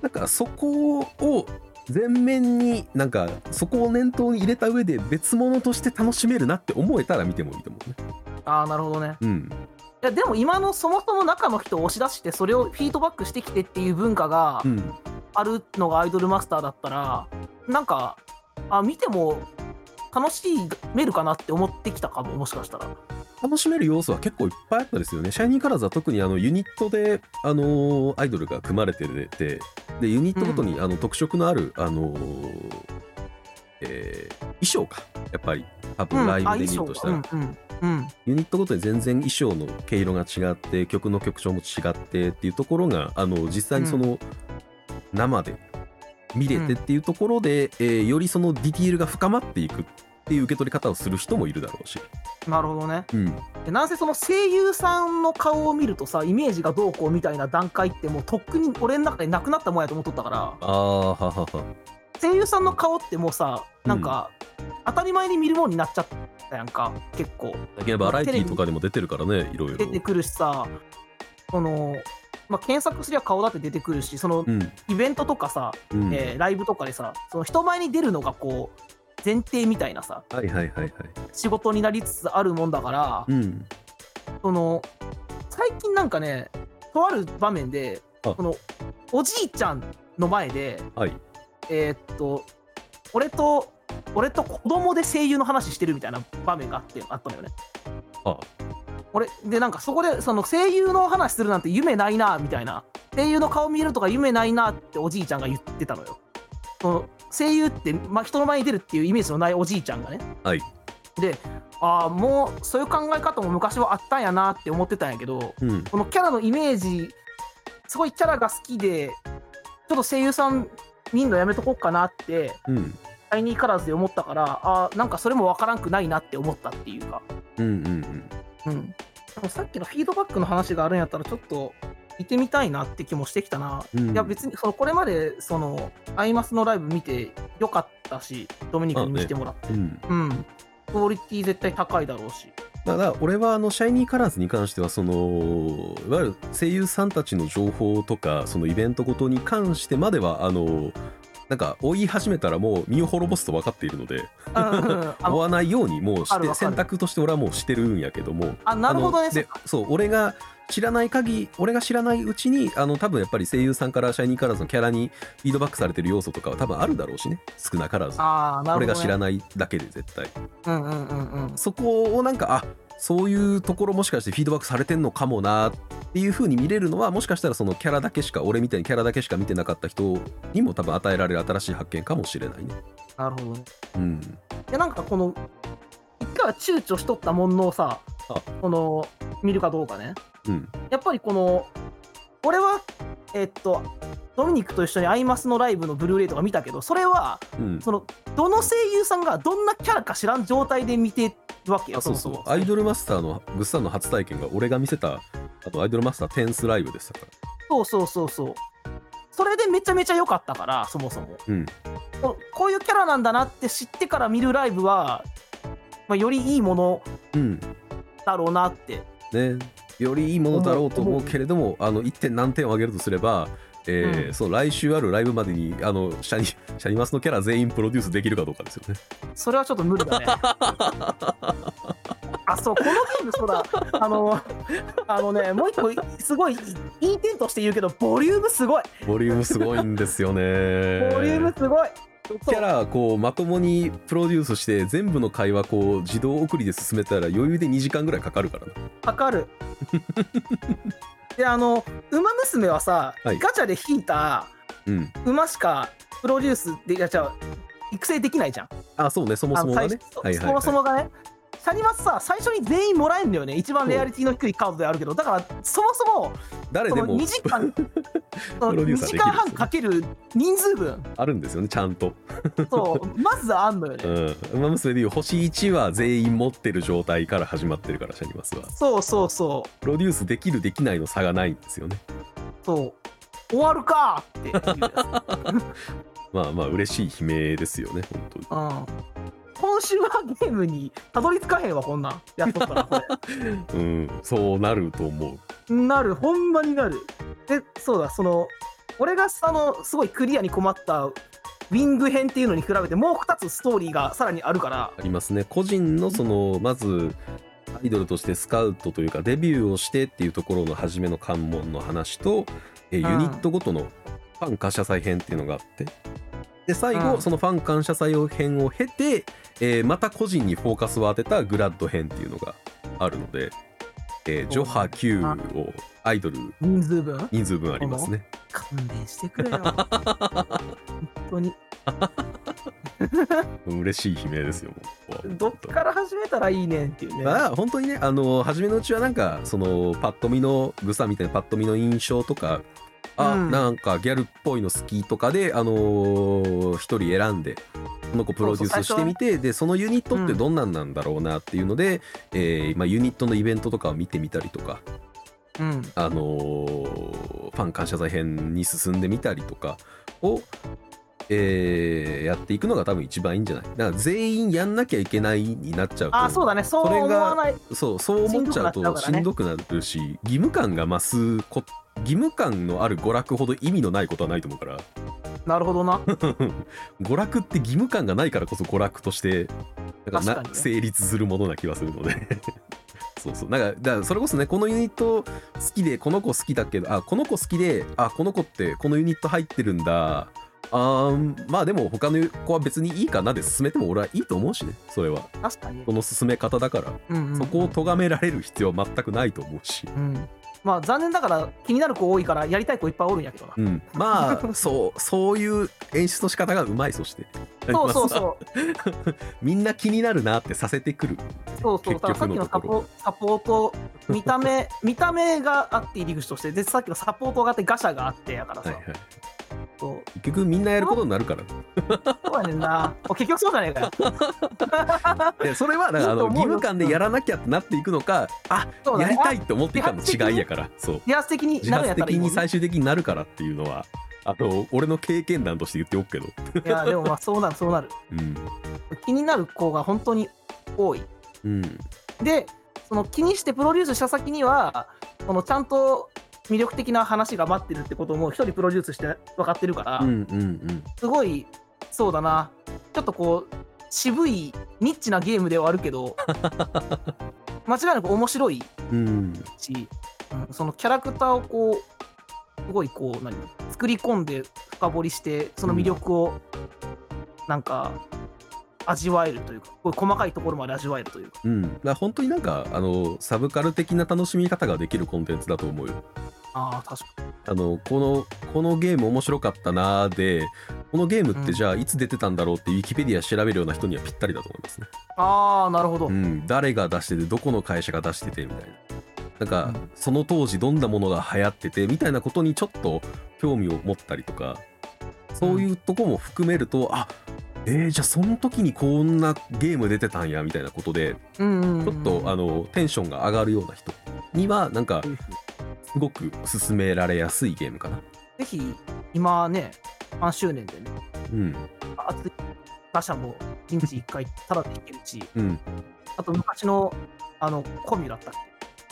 Speaker 2: なんかそこを前面になんかそこを念頭に入れた上で別物として楽しめるなって思えたら見てもいいと思うね
Speaker 1: ああなるほどね
Speaker 2: うん
Speaker 1: いやでも今のそもそも中の人を押し出してそれをフィードバックしてきてっていう文化が
Speaker 2: うん
Speaker 1: あるのがアイドルマスターだったらなんかあ見ても楽しめるかなって思ってきたかももしかしたら
Speaker 2: 楽しめる要素は結構いっぱいあったですよね。シャイニーカラーズは特にあのユニットで、あのーアイドルが組まれてて、でユニットごとにあの特色のある、あのーえー衣装か、やっぱり、多
Speaker 1: う
Speaker 2: 分
Speaker 1: ん
Speaker 2: ライ
Speaker 1: あ
Speaker 2: ブ
Speaker 1: 衣
Speaker 2: で見る
Speaker 1: 装
Speaker 2: としたら、
Speaker 1: がうんうんうん
Speaker 2: ユニットごとに全然衣装の毛色が違って、曲の曲調も違ってっていうところが、あの実際にその、生で見れてっていうところで、えーよりそのディティールが深まっていくっていう受け取り方をする人もいるだろうし。
Speaker 1: なるほどね
Speaker 2: うん
Speaker 1: でなんせその声優さんの顔を見るとさイメージがどうこうみたいな段階ってもうとっくに俺の中でなくなったもんやと思っとったから
Speaker 2: あーははは
Speaker 1: 声優さんの顔ってもうさなんか、当たり前に見るもんになっちゃったやんか結構
Speaker 2: だけどバラエティーとかでも出てるからね、いろいろ
Speaker 1: 出。てくるしさその、まあ、検索すりゃ顔だって出てくるしその
Speaker 2: うん、
Speaker 1: イベントとかさ、
Speaker 2: うん
Speaker 1: えーライブとかでさその人前に出るのがこう前提みたいなさ
Speaker 2: はいはいはいはい。
Speaker 1: 仕事になりつつあるもんだから、
Speaker 2: うん。
Speaker 1: その最近なんかねとある場面で
Speaker 2: あ
Speaker 1: そのおじいちゃんの前で
Speaker 2: はい。
Speaker 1: えーっと俺と俺と子供で声優の話してるみたいな場面があってあったのよね。
Speaker 2: あ
Speaker 1: 俺でなんかそこでその声優の話するなんて夢ないなみたいな声優の顔見えるとか夢ないなっておじいちゃんが言ってたのよ。その声優って、まあ、人の前に出るっていうイメージのないおじいちゃんがね。
Speaker 2: はい
Speaker 1: でああもうそういう考え方も昔はあったんやなって思ってたんやけど
Speaker 2: うん。
Speaker 1: このキャラのイメージすごいキャラが好きでちょっと声優さん見んのやめとこうかなって
Speaker 2: うん。
Speaker 1: 「シャイニーカラーズ」で思ったからあーなんかそれも分からんくないなって思ったっていうか、
Speaker 2: うんうんうん。
Speaker 1: うん、でもさっきのフィードバックの話があるんやったらちょっと見てみたいなって気もしてきたな、
Speaker 2: うん
Speaker 1: いや別にそのこれまでそのアイマスのライブ見てよかったしドミニクに見せてもらって、
Speaker 2: うん、
Speaker 1: うんクオリティ絶対高いだろうし
Speaker 2: だから俺はあの「シャイニーカラーズ」に関してはそのいわゆる声優さんたちの情報とかそのイベントごとに関してまではあのなんか追い始めたらもう身を滅ぼすと分かっているので
Speaker 1: うんうん
Speaker 2: 追
Speaker 1: あ
Speaker 2: わないようにもう
Speaker 1: わか
Speaker 2: し
Speaker 1: る
Speaker 2: て
Speaker 1: わかる
Speaker 2: 選択として俺はもうしてるんやけども
Speaker 1: あなるほど
Speaker 2: あ
Speaker 1: ね
Speaker 2: のでそう俺が知らない限り俺が知らないうちにあの多分やっぱり声優さんからシャイニーカラーズのキャラにフィードバックされてる要素とかは多分あるだろうしね少なからず、
Speaker 1: ああなるほど、ね、
Speaker 2: 俺が知らないだけで絶対
Speaker 1: うんうんうんうん
Speaker 2: そこをなんかあそういうところもしかしてフィードバックされてんのかもなっていう風に見れるのはもしかしたらそのキャラだけしか俺みたいにキャラだけしか見てなかった人にも多分与えられる新しい発見かもしれないね。
Speaker 1: なるほどね
Speaker 2: うん、
Speaker 1: でなんかこの一回は躊躇しとったもんのをさ
Speaker 2: あ
Speaker 1: この見るかどうかね
Speaker 2: うん、
Speaker 1: やっぱりこの俺はえっとドミニクと一緒にアイマスのライブのブルーレイとか見たけどそれは
Speaker 2: うん
Speaker 1: そのどの声優さんがどんなキャラか知らん状態で見てるわけよ
Speaker 2: あそうそう
Speaker 1: もも
Speaker 2: アイドルマスターのグッサンの初体験が俺が見せたあとアイドルマスターテンスライブでしたから
Speaker 1: そうそうそうそうそれでめちゃめちゃ良かったからそもそも、
Speaker 2: うん
Speaker 1: ここういうキャラなんだなって知ってから見るライブは、まあ、よりいいもの
Speaker 2: うん
Speaker 1: だろうなって
Speaker 2: ね、よりいいものだろうと思うけれども、あの1点何点を上げるとすれば、えー
Speaker 1: う
Speaker 2: その来週あるライブまでにあのシャニシャニマスのキャラ全員プロデュースできるかどうかですよね。
Speaker 1: それはちょっと無理 だねあそうこのゲームそうだあのあのねもう一個すごいいい点として言うけどボリュームすごい
Speaker 2: ボリュームすごいんですよね。
Speaker 1: ボリュームすごい、
Speaker 2: キャラこうまともにプロデュースして全部の会話こう自動送りで進めたら余裕で2時間ぐらいかかるからな。
Speaker 1: かか るであの「ウマ娘」はさ、
Speaker 2: はい
Speaker 1: ガチャで引いた
Speaker 2: うん、
Speaker 1: 馬しかプロデュースでいや違う育成できないじゃん
Speaker 2: あそうねそもそもが
Speaker 1: あの
Speaker 2: ね
Speaker 1: 最初。
Speaker 2: はいはい
Speaker 1: そもそ
Speaker 2: は
Speaker 1: もがねシャニマスさ最初に全員もらえんだよね一番レアリティの低いカードであるけどだからそもそも
Speaker 2: い、誰
Speaker 1: そ
Speaker 2: で
Speaker 1: の
Speaker 2: も
Speaker 1: 2時 間そ
Speaker 2: プ
Speaker 1: の
Speaker 2: ロ
Speaker 1: 2
Speaker 2: デューサーできるんですよね
Speaker 1: 時間半かける人数分
Speaker 2: あるんですよねちゃんと。
Speaker 1: そうまずあんのよね、
Speaker 2: うん、馬娘でいう星1は全員持ってる状態から始まってるからシャニマスは。
Speaker 1: そうそうそう
Speaker 2: プロデュースできるできないの差がないんですよね
Speaker 1: そう終わるかっていうやつ、
Speaker 2: まあまあ嬉しい悲鳴ですよね本当に
Speaker 1: うん、今週はゲームにたどり着かへんわこんなんやっとったらこれ
Speaker 2: うんそうなると思う
Speaker 1: なる、ほんまになる。で、そうだ、その、俺があの、すごいクリアに困った、ウィング編っていうのに比べて、もう2つストーリーがさらにあるから、
Speaker 2: ありますね個人のそのまずアイドルとしてスカウトというかデビューをしてっていうところの初めの関門の話と、え
Speaker 1: うん
Speaker 2: ユニットごとのファン感謝祭編っていうのがあってで最後、
Speaker 1: うん
Speaker 2: そのファン感謝祭を編を経て、えーまた個人にフォーカスを当てたグラッド編っていうのがあるので、えージョハ Q をアイドル
Speaker 1: 人数分
Speaker 2: 人数分ありますね
Speaker 1: 勘弁してくれ よ。本当に。
Speaker 2: 嬉しい悲鳴ですよもうここは
Speaker 1: どっから始めたらいいねんっていうね。
Speaker 2: まあ本当にねあの初めのうちはなんかそのパッと見のグサみたいなパッと見の印象とかあ、
Speaker 1: うん
Speaker 2: なんかギャルっぽいの好きとかであのー一人選んでこの子プロデュースしてみてでそのユニットってどんなんなんだろうなっていうので、えーまあ、ユニットのイベントとかを見てみたりとか、
Speaker 1: うん。
Speaker 2: あのーファン感謝祭編に進んでみたりとかを、えーやっていくのが多分一番いいんじゃないだから全員やんなきゃいけないになっちゃうと
Speaker 1: あ、そうだね、そう
Speaker 2: それ
Speaker 1: 思
Speaker 2: が
Speaker 1: わない。
Speaker 2: そうそう思っち
Speaker 1: しんどくな
Speaker 2: ゃう
Speaker 1: っちゃう
Speaker 2: と
Speaker 1: から
Speaker 2: し
Speaker 1: ね
Speaker 2: んどくなるし義務感が増すこ義務感のある娯楽ほど意味のないことはないと思うから
Speaker 1: なるほど な。
Speaker 2: 娯楽って義務感がないからこそ娯楽としてなんか
Speaker 1: 確
Speaker 2: な
Speaker 1: かにね
Speaker 2: 成立するものな気はするので そうそうなんかだからそれこそねこのユニット好きでこの子好きだけどあこの子好きであこの子ってこのユニット入ってるんだあーまあでも他の子は別にいいかなで進めても俺はいいと思うしねそれは
Speaker 1: 確かに
Speaker 2: こ。の進め方だから
Speaker 1: うんうん
Speaker 2: そこを咎められる必要は全くないと思うし、
Speaker 1: うん。まあ、残念だから、気になる子多いから、やりたい子いっぱいおるんやけどな。
Speaker 2: うん、まあそうそういう演出の仕方がうまいそして
Speaker 1: そうそう
Speaker 2: まあ
Speaker 1: そう。
Speaker 2: みんな気になるなってさせてくる
Speaker 1: そうそう、だからさっきの
Speaker 2: 結
Speaker 1: サ
Speaker 2: 局の
Speaker 1: ポサポート、見た目、見た目があって入り口として、で、さっきのサポートがあって、ガシャがあってやから
Speaker 2: はい
Speaker 1: さ、
Speaker 2: はい、
Speaker 1: そう
Speaker 2: 結局みんなやることになるから
Speaker 1: そうやねんな、もう結局そうじゃねえかよ。
Speaker 2: でそれはだから
Speaker 1: い
Speaker 2: あ
Speaker 1: いと
Speaker 2: の
Speaker 1: 思う
Speaker 2: 義
Speaker 1: よ
Speaker 2: 務感でやらなきゃってなっていくのかあ
Speaker 1: そうだ
Speaker 2: やり
Speaker 1: ね、
Speaker 2: たいって思っていくかの違いやからそう
Speaker 1: 自発的に
Speaker 2: 自
Speaker 1: なるんや
Speaker 2: 発
Speaker 1: ったら
Speaker 2: 的
Speaker 1: いいも
Speaker 2: に
Speaker 1: んね。
Speaker 2: 最終的になるからっていうのはあの俺の経験談として言っておくけ
Speaker 1: い
Speaker 2: ど、
Speaker 1: や、でもまあ、そうなる、そうなる。
Speaker 2: うん
Speaker 1: 気になる子が本当に多い。
Speaker 2: うん、
Speaker 1: で、その気にしてプロデュースした先には、そのちゃんと魅力的な話が待ってるってことも一人プロデュースして分かってるから、
Speaker 2: うんうん
Speaker 1: すごいそうだなちょっとこう渋いニッチなゲームではあるけ ど間違いなく面白い
Speaker 2: うんうん
Speaker 1: し、うんそのキャラクターをこうすごいこう何作り込んで深掘りしてその魅力をなんか味わえるというか、こういう細かいところまで味わえるというか
Speaker 2: うん、だから本当になんかあのサブカル的な楽しみ方ができるコンテンツだと思うよ。
Speaker 1: ああ確か
Speaker 2: あのこのこのゲーム面白かったなーでこのゲームってじゃあいつ出てたんだろうってウィキペディア調べるような人にはぴったりだと思いますね。
Speaker 1: にああなるほど、
Speaker 2: うん、誰が出しててどこの会社が出しててみたいな。なんか
Speaker 1: うん
Speaker 2: その当時どんなものが流行っててみたいなことにちょっと興味を持ったりとかそういうとこも含めると、あえー、じゃあその時にこんなゲーム出てたんやみたいなことで
Speaker 1: うんうんうん
Speaker 2: ちょっとあのテンションが上がるような人にはなんかすごく勧められやすいゲームかな。
Speaker 1: ぜひ今ね3周年でね
Speaker 2: うん
Speaker 1: 熱い打者も1日1回ただでいけるし
Speaker 2: うん、
Speaker 1: あと昔のあのコミュだったっけ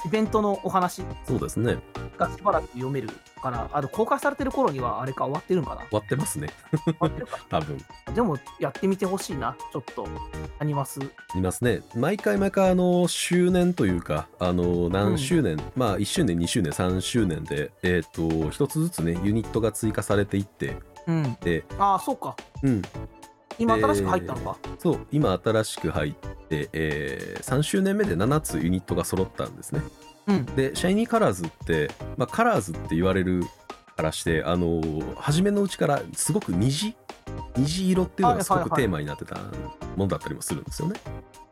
Speaker 1: イベントのお話
Speaker 2: そうですね。
Speaker 1: がしばらく読めるからあの公開されてる頃にはあれか終わってるんかな
Speaker 2: 割ってますね。
Speaker 1: 終わってるか
Speaker 2: 多分。
Speaker 1: でもやってみてほしいなちょっとアニマス
Speaker 2: いますね。毎回毎回、あの、周年というか、あの、何周年、まあ、1周年、2周年、3周年で、えっ、と、一つずつね、ユニットが追加されていって、
Speaker 1: うん
Speaker 2: で、
Speaker 1: ああそうか
Speaker 2: うん、
Speaker 1: 今新しく入ったのか、
Speaker 2: そう、今新しく入って、え3周年目で7つユニットが揃ったんですね。
Speaker 1: うん
Speaker 2: で、シャイニーカラーズって、まあ、カラーズって言われるからして、あの、初めのうちからすごく虹、虹色っていうのがすご
Speaker 1: はいはい
Speaker 2: く
Speaker 1: はい
Speaker 2: テーマになってたものだったりもするんですよね。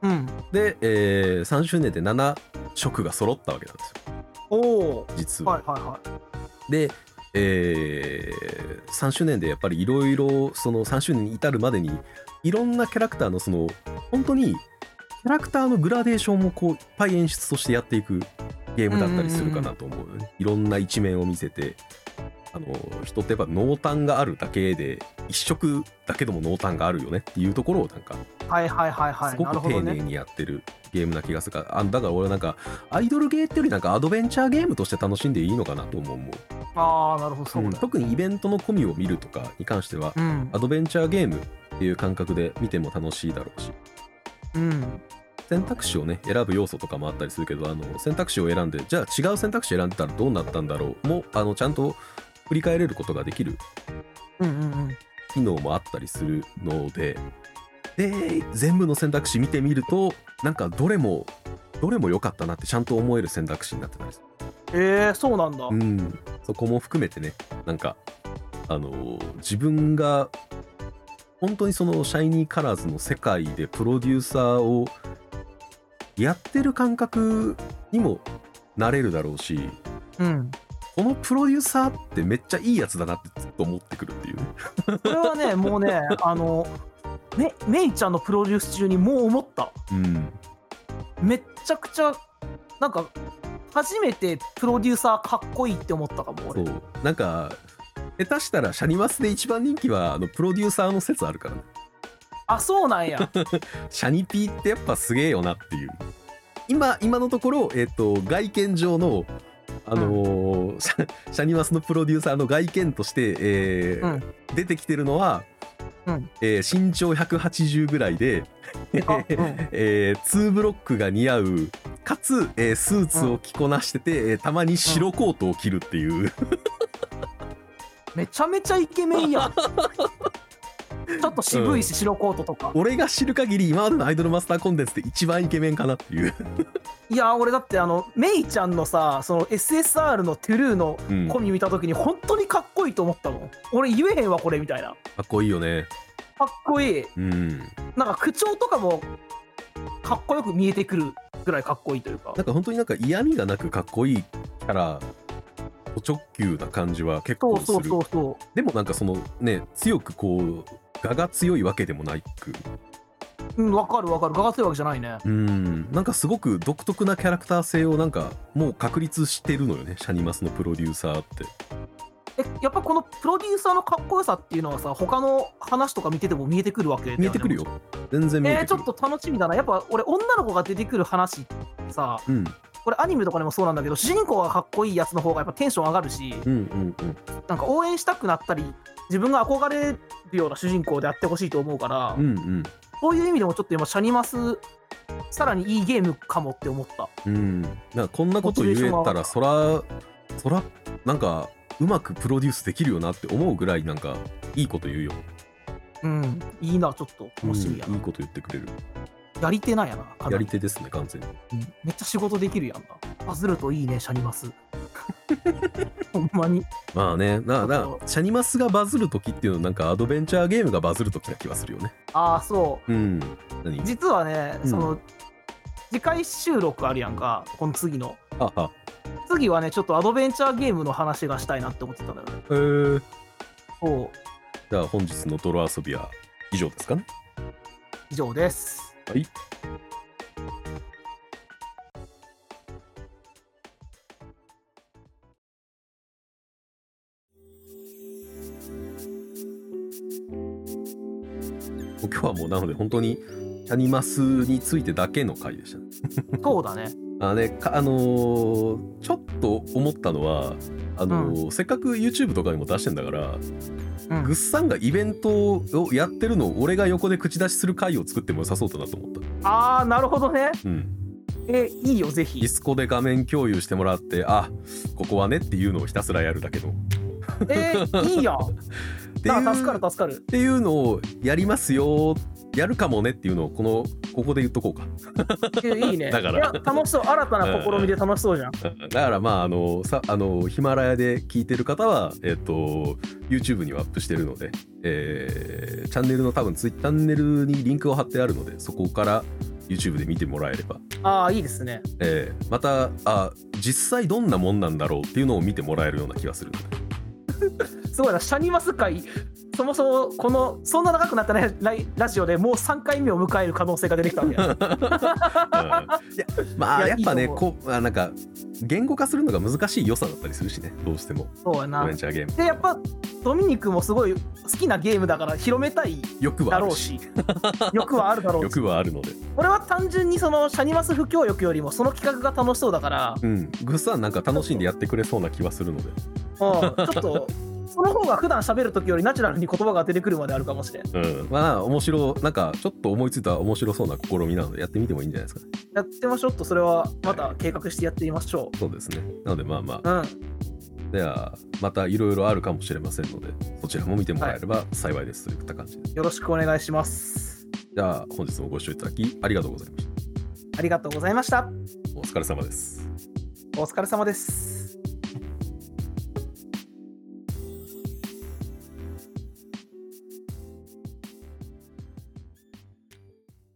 Speaker 1: うん
Speaker 2: で、え3周年で7色が揃ったわけなんですよ
Speaker 1: おお
Speaker 2: 実は。
Speaker 1: はいはいはい
Speaker 2: で、えー3周年でやっぱりいろいろその3周年に至るまでにいろんなキャラクターのその本当にキャラクターのグラデーションもこういっぱい演出としてやっていくゲームだったりするかなと思うよねいろんな一面を見せてあの人ってやっぱ濃淡があるだけで一色だけでも濃淡があるよねっていうところをなんか
Speaker 1: はいはいはいは
Speaker 2: す
Speaker 1: い
Speaker 2: ご
Speaker 1: なる
Speaker 2: く
Speaker 1: ほ
Speaker 2: 丁
Speaker 1: ど
Speaker 2: 寧
Speaker 1: ね
Speaker 2: にやってるゲームな気がするから、あだから俺なんかアイドルゲーってよりなんかアドベンチャーゲームとして楽しんでいいのかなと思うもう
Speaker 1: ああなるほどそう
Speaker 2: うん
Speaker 1: だ
Speaker 2: 特にイベントの込みを見るとかに関しては
Speaker 1: うん
Speaker 2: アドベンチャーゲームっていう感覚で見ても楽しいだろうし
Speaker 1: うん
Speaker 2: 選択肢をね選ぶ要素とかもあったりするけどあの選択肢を選んでじゃあ違う選択肢選んでたらどうなったんだろうもあのちゃんと振り返れることができる
Speaker 1: うんうんうん
Speaker 2: 機能もあったりするのでで全部の選択肢見てみるとなんかどれもどれも良かったなってちゃんと思える選択肢になってたりする
Speaker 1: えー、そうなんだ、
Speaker 2: うん、そこも含めてねなんかあのー自分が本当にその「シャイニーカラーズ」の世界でプロデューサーをやってる感覚にもなれるだろうし
Speaker 1: うん
Speaker 2: このプロデューサーってめっちゃいいやつだなってずっと思ってくるっていうね
Speaker 1: これはね、もうね、あの、めメイちゃんのプロデュース中にもう思った。
Speaker 2: うん
Speaker 1: めっちゃくちゃ、なんか、初めてプロデューサーかっこいいって思ったかも、
Speaker 2: そ
Speaker 1: 俺。
Speaker 2: うなんか下手したらシャニマスで一番人気はあのプロデューサーの説あるからね
Speaker 1: あ、そうなん や。
Speaker 2: シャニピーってやっぱすげえよなっていう今今のところ、えっと外見上のあのーシャシャニマスのプロデューサーの外見として、えー出てきてるのは、
Speaker 1: うん
Speaker 2: えー身長180ぐらいで、
Speaker 1: てかうん
Speaker 2: えー、2ブロックが似合うかつ、えースーツを着こなしてて、えーたまに白コートを着るっていう、
Speaker 1: めちゃめちゃイケメンやん。 ちょっと渋いし、白コートとか。
Speaker 2: 俺が知る限り今までのアイドルマスターコンテンツで一番イケメンかなっていう、
Speaker 1: いや、俺だって、あの、メイちゃんのさ、その SSR のトゥルーの
Speaker 2: うん
Speaker 1: コ
Speaker 2: か
Speaker 1: ミ見たときに、本当にかっこいいと思ったもん。俺言えへんわ、これ、みたいな。
Speaker 2: っこいいよね
Speaker 1: かっこいい。
Speaker 2: うん
Speaker 1: なんか口調とかもかっこよく見えてくるぐらいかっこいいというか
Speaker 2: なんか本当になんか嫌味がなくかっこいいキャラお直球な感じは結
Speaker 1: そ
Speaker 2: 構
Speaker 1: う
Speaker 2: する
Speaker 1: そうそうそ
Speaker 2: でもなんかそのね強くこう我が強いわけでもなく
Speaker 1: ううんわかるわかるガが強いわけじゃないね
Speaker 2: うんなんかすごく独特なキャラクター性をなんかもう確立してるのよねシャニマスのプロデューサーって
Speaker 1: えやっぱこのプロデューサーのかっこよさっていうのはさ他の話とか見てても見えてくるわけだよね
Speaker 2: 見えてくるよ全然見え
Speaker 1: えー、
Speaker 2: て
Speaker 1: ち
Speaker 2: く
Speaker 1: ょ
Speaker 2: る
Speaker 1: っ、と楽しみだなやっぱ俺女の子が出てくる話さ
Speaker 2: うん
Speaker 1: これアニメとかでもそうなんだけど主人公がかっこいいやつの方がやっぱテンション上がるし
Speaker 2: うんうんうん
Speaker 1: なんか応援したくなったり自分が憧れるような主人公であってほしいと思うから、
Speaker 2: うん
Speaker 1: そういう意味でもちょっと今シャニマスさらにいいゲームかもって思った
Speaker 2: うんうんなんかこんなこと言えたらそらそらなんかうまくプロデュースできるよなって思うぐらいなんかいいこと言うよ
Speaker 1: うんいいなちょっと楽しみや
Speaker 2: うん
Speaker 1: な、
Speaker 2: いいこと言ってくれる
Speaker 1: やり手なんやなかな
Speaker 2: やり
Speaker 1: り、
Speaker 2: 手ですね完全に
Speaker 1: うんめっちゃ仕事できるやんなパズルといいねシャニマ スほんまに
Speaker 2: まあねなな
Speaker 1: ちょっ
Speaker 2: シャニマスがバズる時っていうのはなんかアドベンチャーゲームがバズる時な気がするよね
Speaker 1: ああそう
Speaker 2: うん何
Speaker 1: 実はね、
Speaker 2: うん
Speaker 1: その次回収録あるやんかこの次の
Speaker 2: ああ
Speaker 1: 次はねちょっとアドベンチャーゲームの話がしたいなって思ってたんだよね
Speaker 2: えー、
Speaker 1: そう
Speaker 2: じゃあ本日の泥遊びは以上ですかね
Speaker 1: 以上です
Speaker 2: はい今日はもうなので本当にシャニマスについてだけの回でしたね
Speaker 1: そうだね
Speaker 2: あねかあのーちょっと思ったのはあのーせっかく YouTube とかにも出してんだから、
Speaker 1: うん
Speaker 2: ぐっさんがイベントをやってるのを俺が横で口出しする回を作っても良さそうだなと思った、
Speaker 1: ああなるほどね
Speaker 2: うん、
Speaker 1: えいいよぜ
Speaker 2: ディ
Speaker 1: ひ
Speaker 2: スコで画面共有してもらってあここはねっていうのをひたすらやるだけのっ
Speaker 1: えー、いいやん
Speaker 2: ていう
Speaker 1: な助かる助かる
Speaker 2: っていうのをやりますよやるかもねっていうのをこのここで言っとこうか
Speaker 1: えーいいね
Speaker 2: だから
Speaker 1: いや楽しそう新たな試みで楽しそうじゃん、
Speaker 2: だからまああのさあのヒマラヤで聞いてる方はえっと YouTube にはアップしてるので、えーチャンネルの多分ツイッターチャンネルにリンクを貼ってあるのでそこから YouTube で見てもらえれば、
Speaker 1: ああいいですね
Speaker 2: えーまたあ実際どんなもんなんだろうっていうのを見てもらえるような気がするのです
Speaker 1: ごいなシャニマス会そもそもこのそんな長くなったねライラジオでもう3回目を迎える可能性が出てきたわけや
Speaker 2: うんいやまあ
Speaker 1: い
Speaker 2: や
Speaker 1: や
Speaker 2: っぱね
Speaker 1: いいと
Speaker 2: こうあなんか言語化するのが難しい良さだったりするしねどうしても
Speaker 1: そうや
Speaker 2: ア
Speaker 1: な
Speaker 2: ドベンチャーゲーム
Speaker 1: でやっぱドミニクもすごい好きなゲームだから広めたい
Speaker 2: 欲は
Speaker 1: だ
Speaker 2: あ
Speaker 1: ろ
Speaker 2: る
Speaker 1: う
Speaker 2: し
Speaker 1: し欲はあるだろうし
Speaker 2: 欲はあるので
Speaker 1: 俺は単純にそのシャニマス不協力よりもその企画が楽しそうだから、
Speaker 2: うんグッサンなんか楽しんでやってくれそうな気はするので
Speaker 1: うん、ちょっとその方が普段喋る時よりナチュラルに言葉が出てくるまであるかもしれん
Speaker 2: うん、まあ面白なんかちょっと思いついた面白そうな試みなのでやってみてもいいんじゃないですかね
Speaker 1: やってみましょうちょっとそれはまた計画してやってみましょ
Speaker 2: そうですねなのでまあま
Speaker 1: う、
Speaker 2: あ
Speaker 1: うん
Speaker 2: ではまたいろいろあるかもしれませんのでそちらも見てもらえれば幸いですといった感じです
Speaker 1: よろしくお願いします
Speaker 2: じゃあ本日もご視聴いただきありがとうございまし
Speaker 1: ありがとうございました
Speaker 2: たお疲れ様です
Speaker 1: お疲れ様です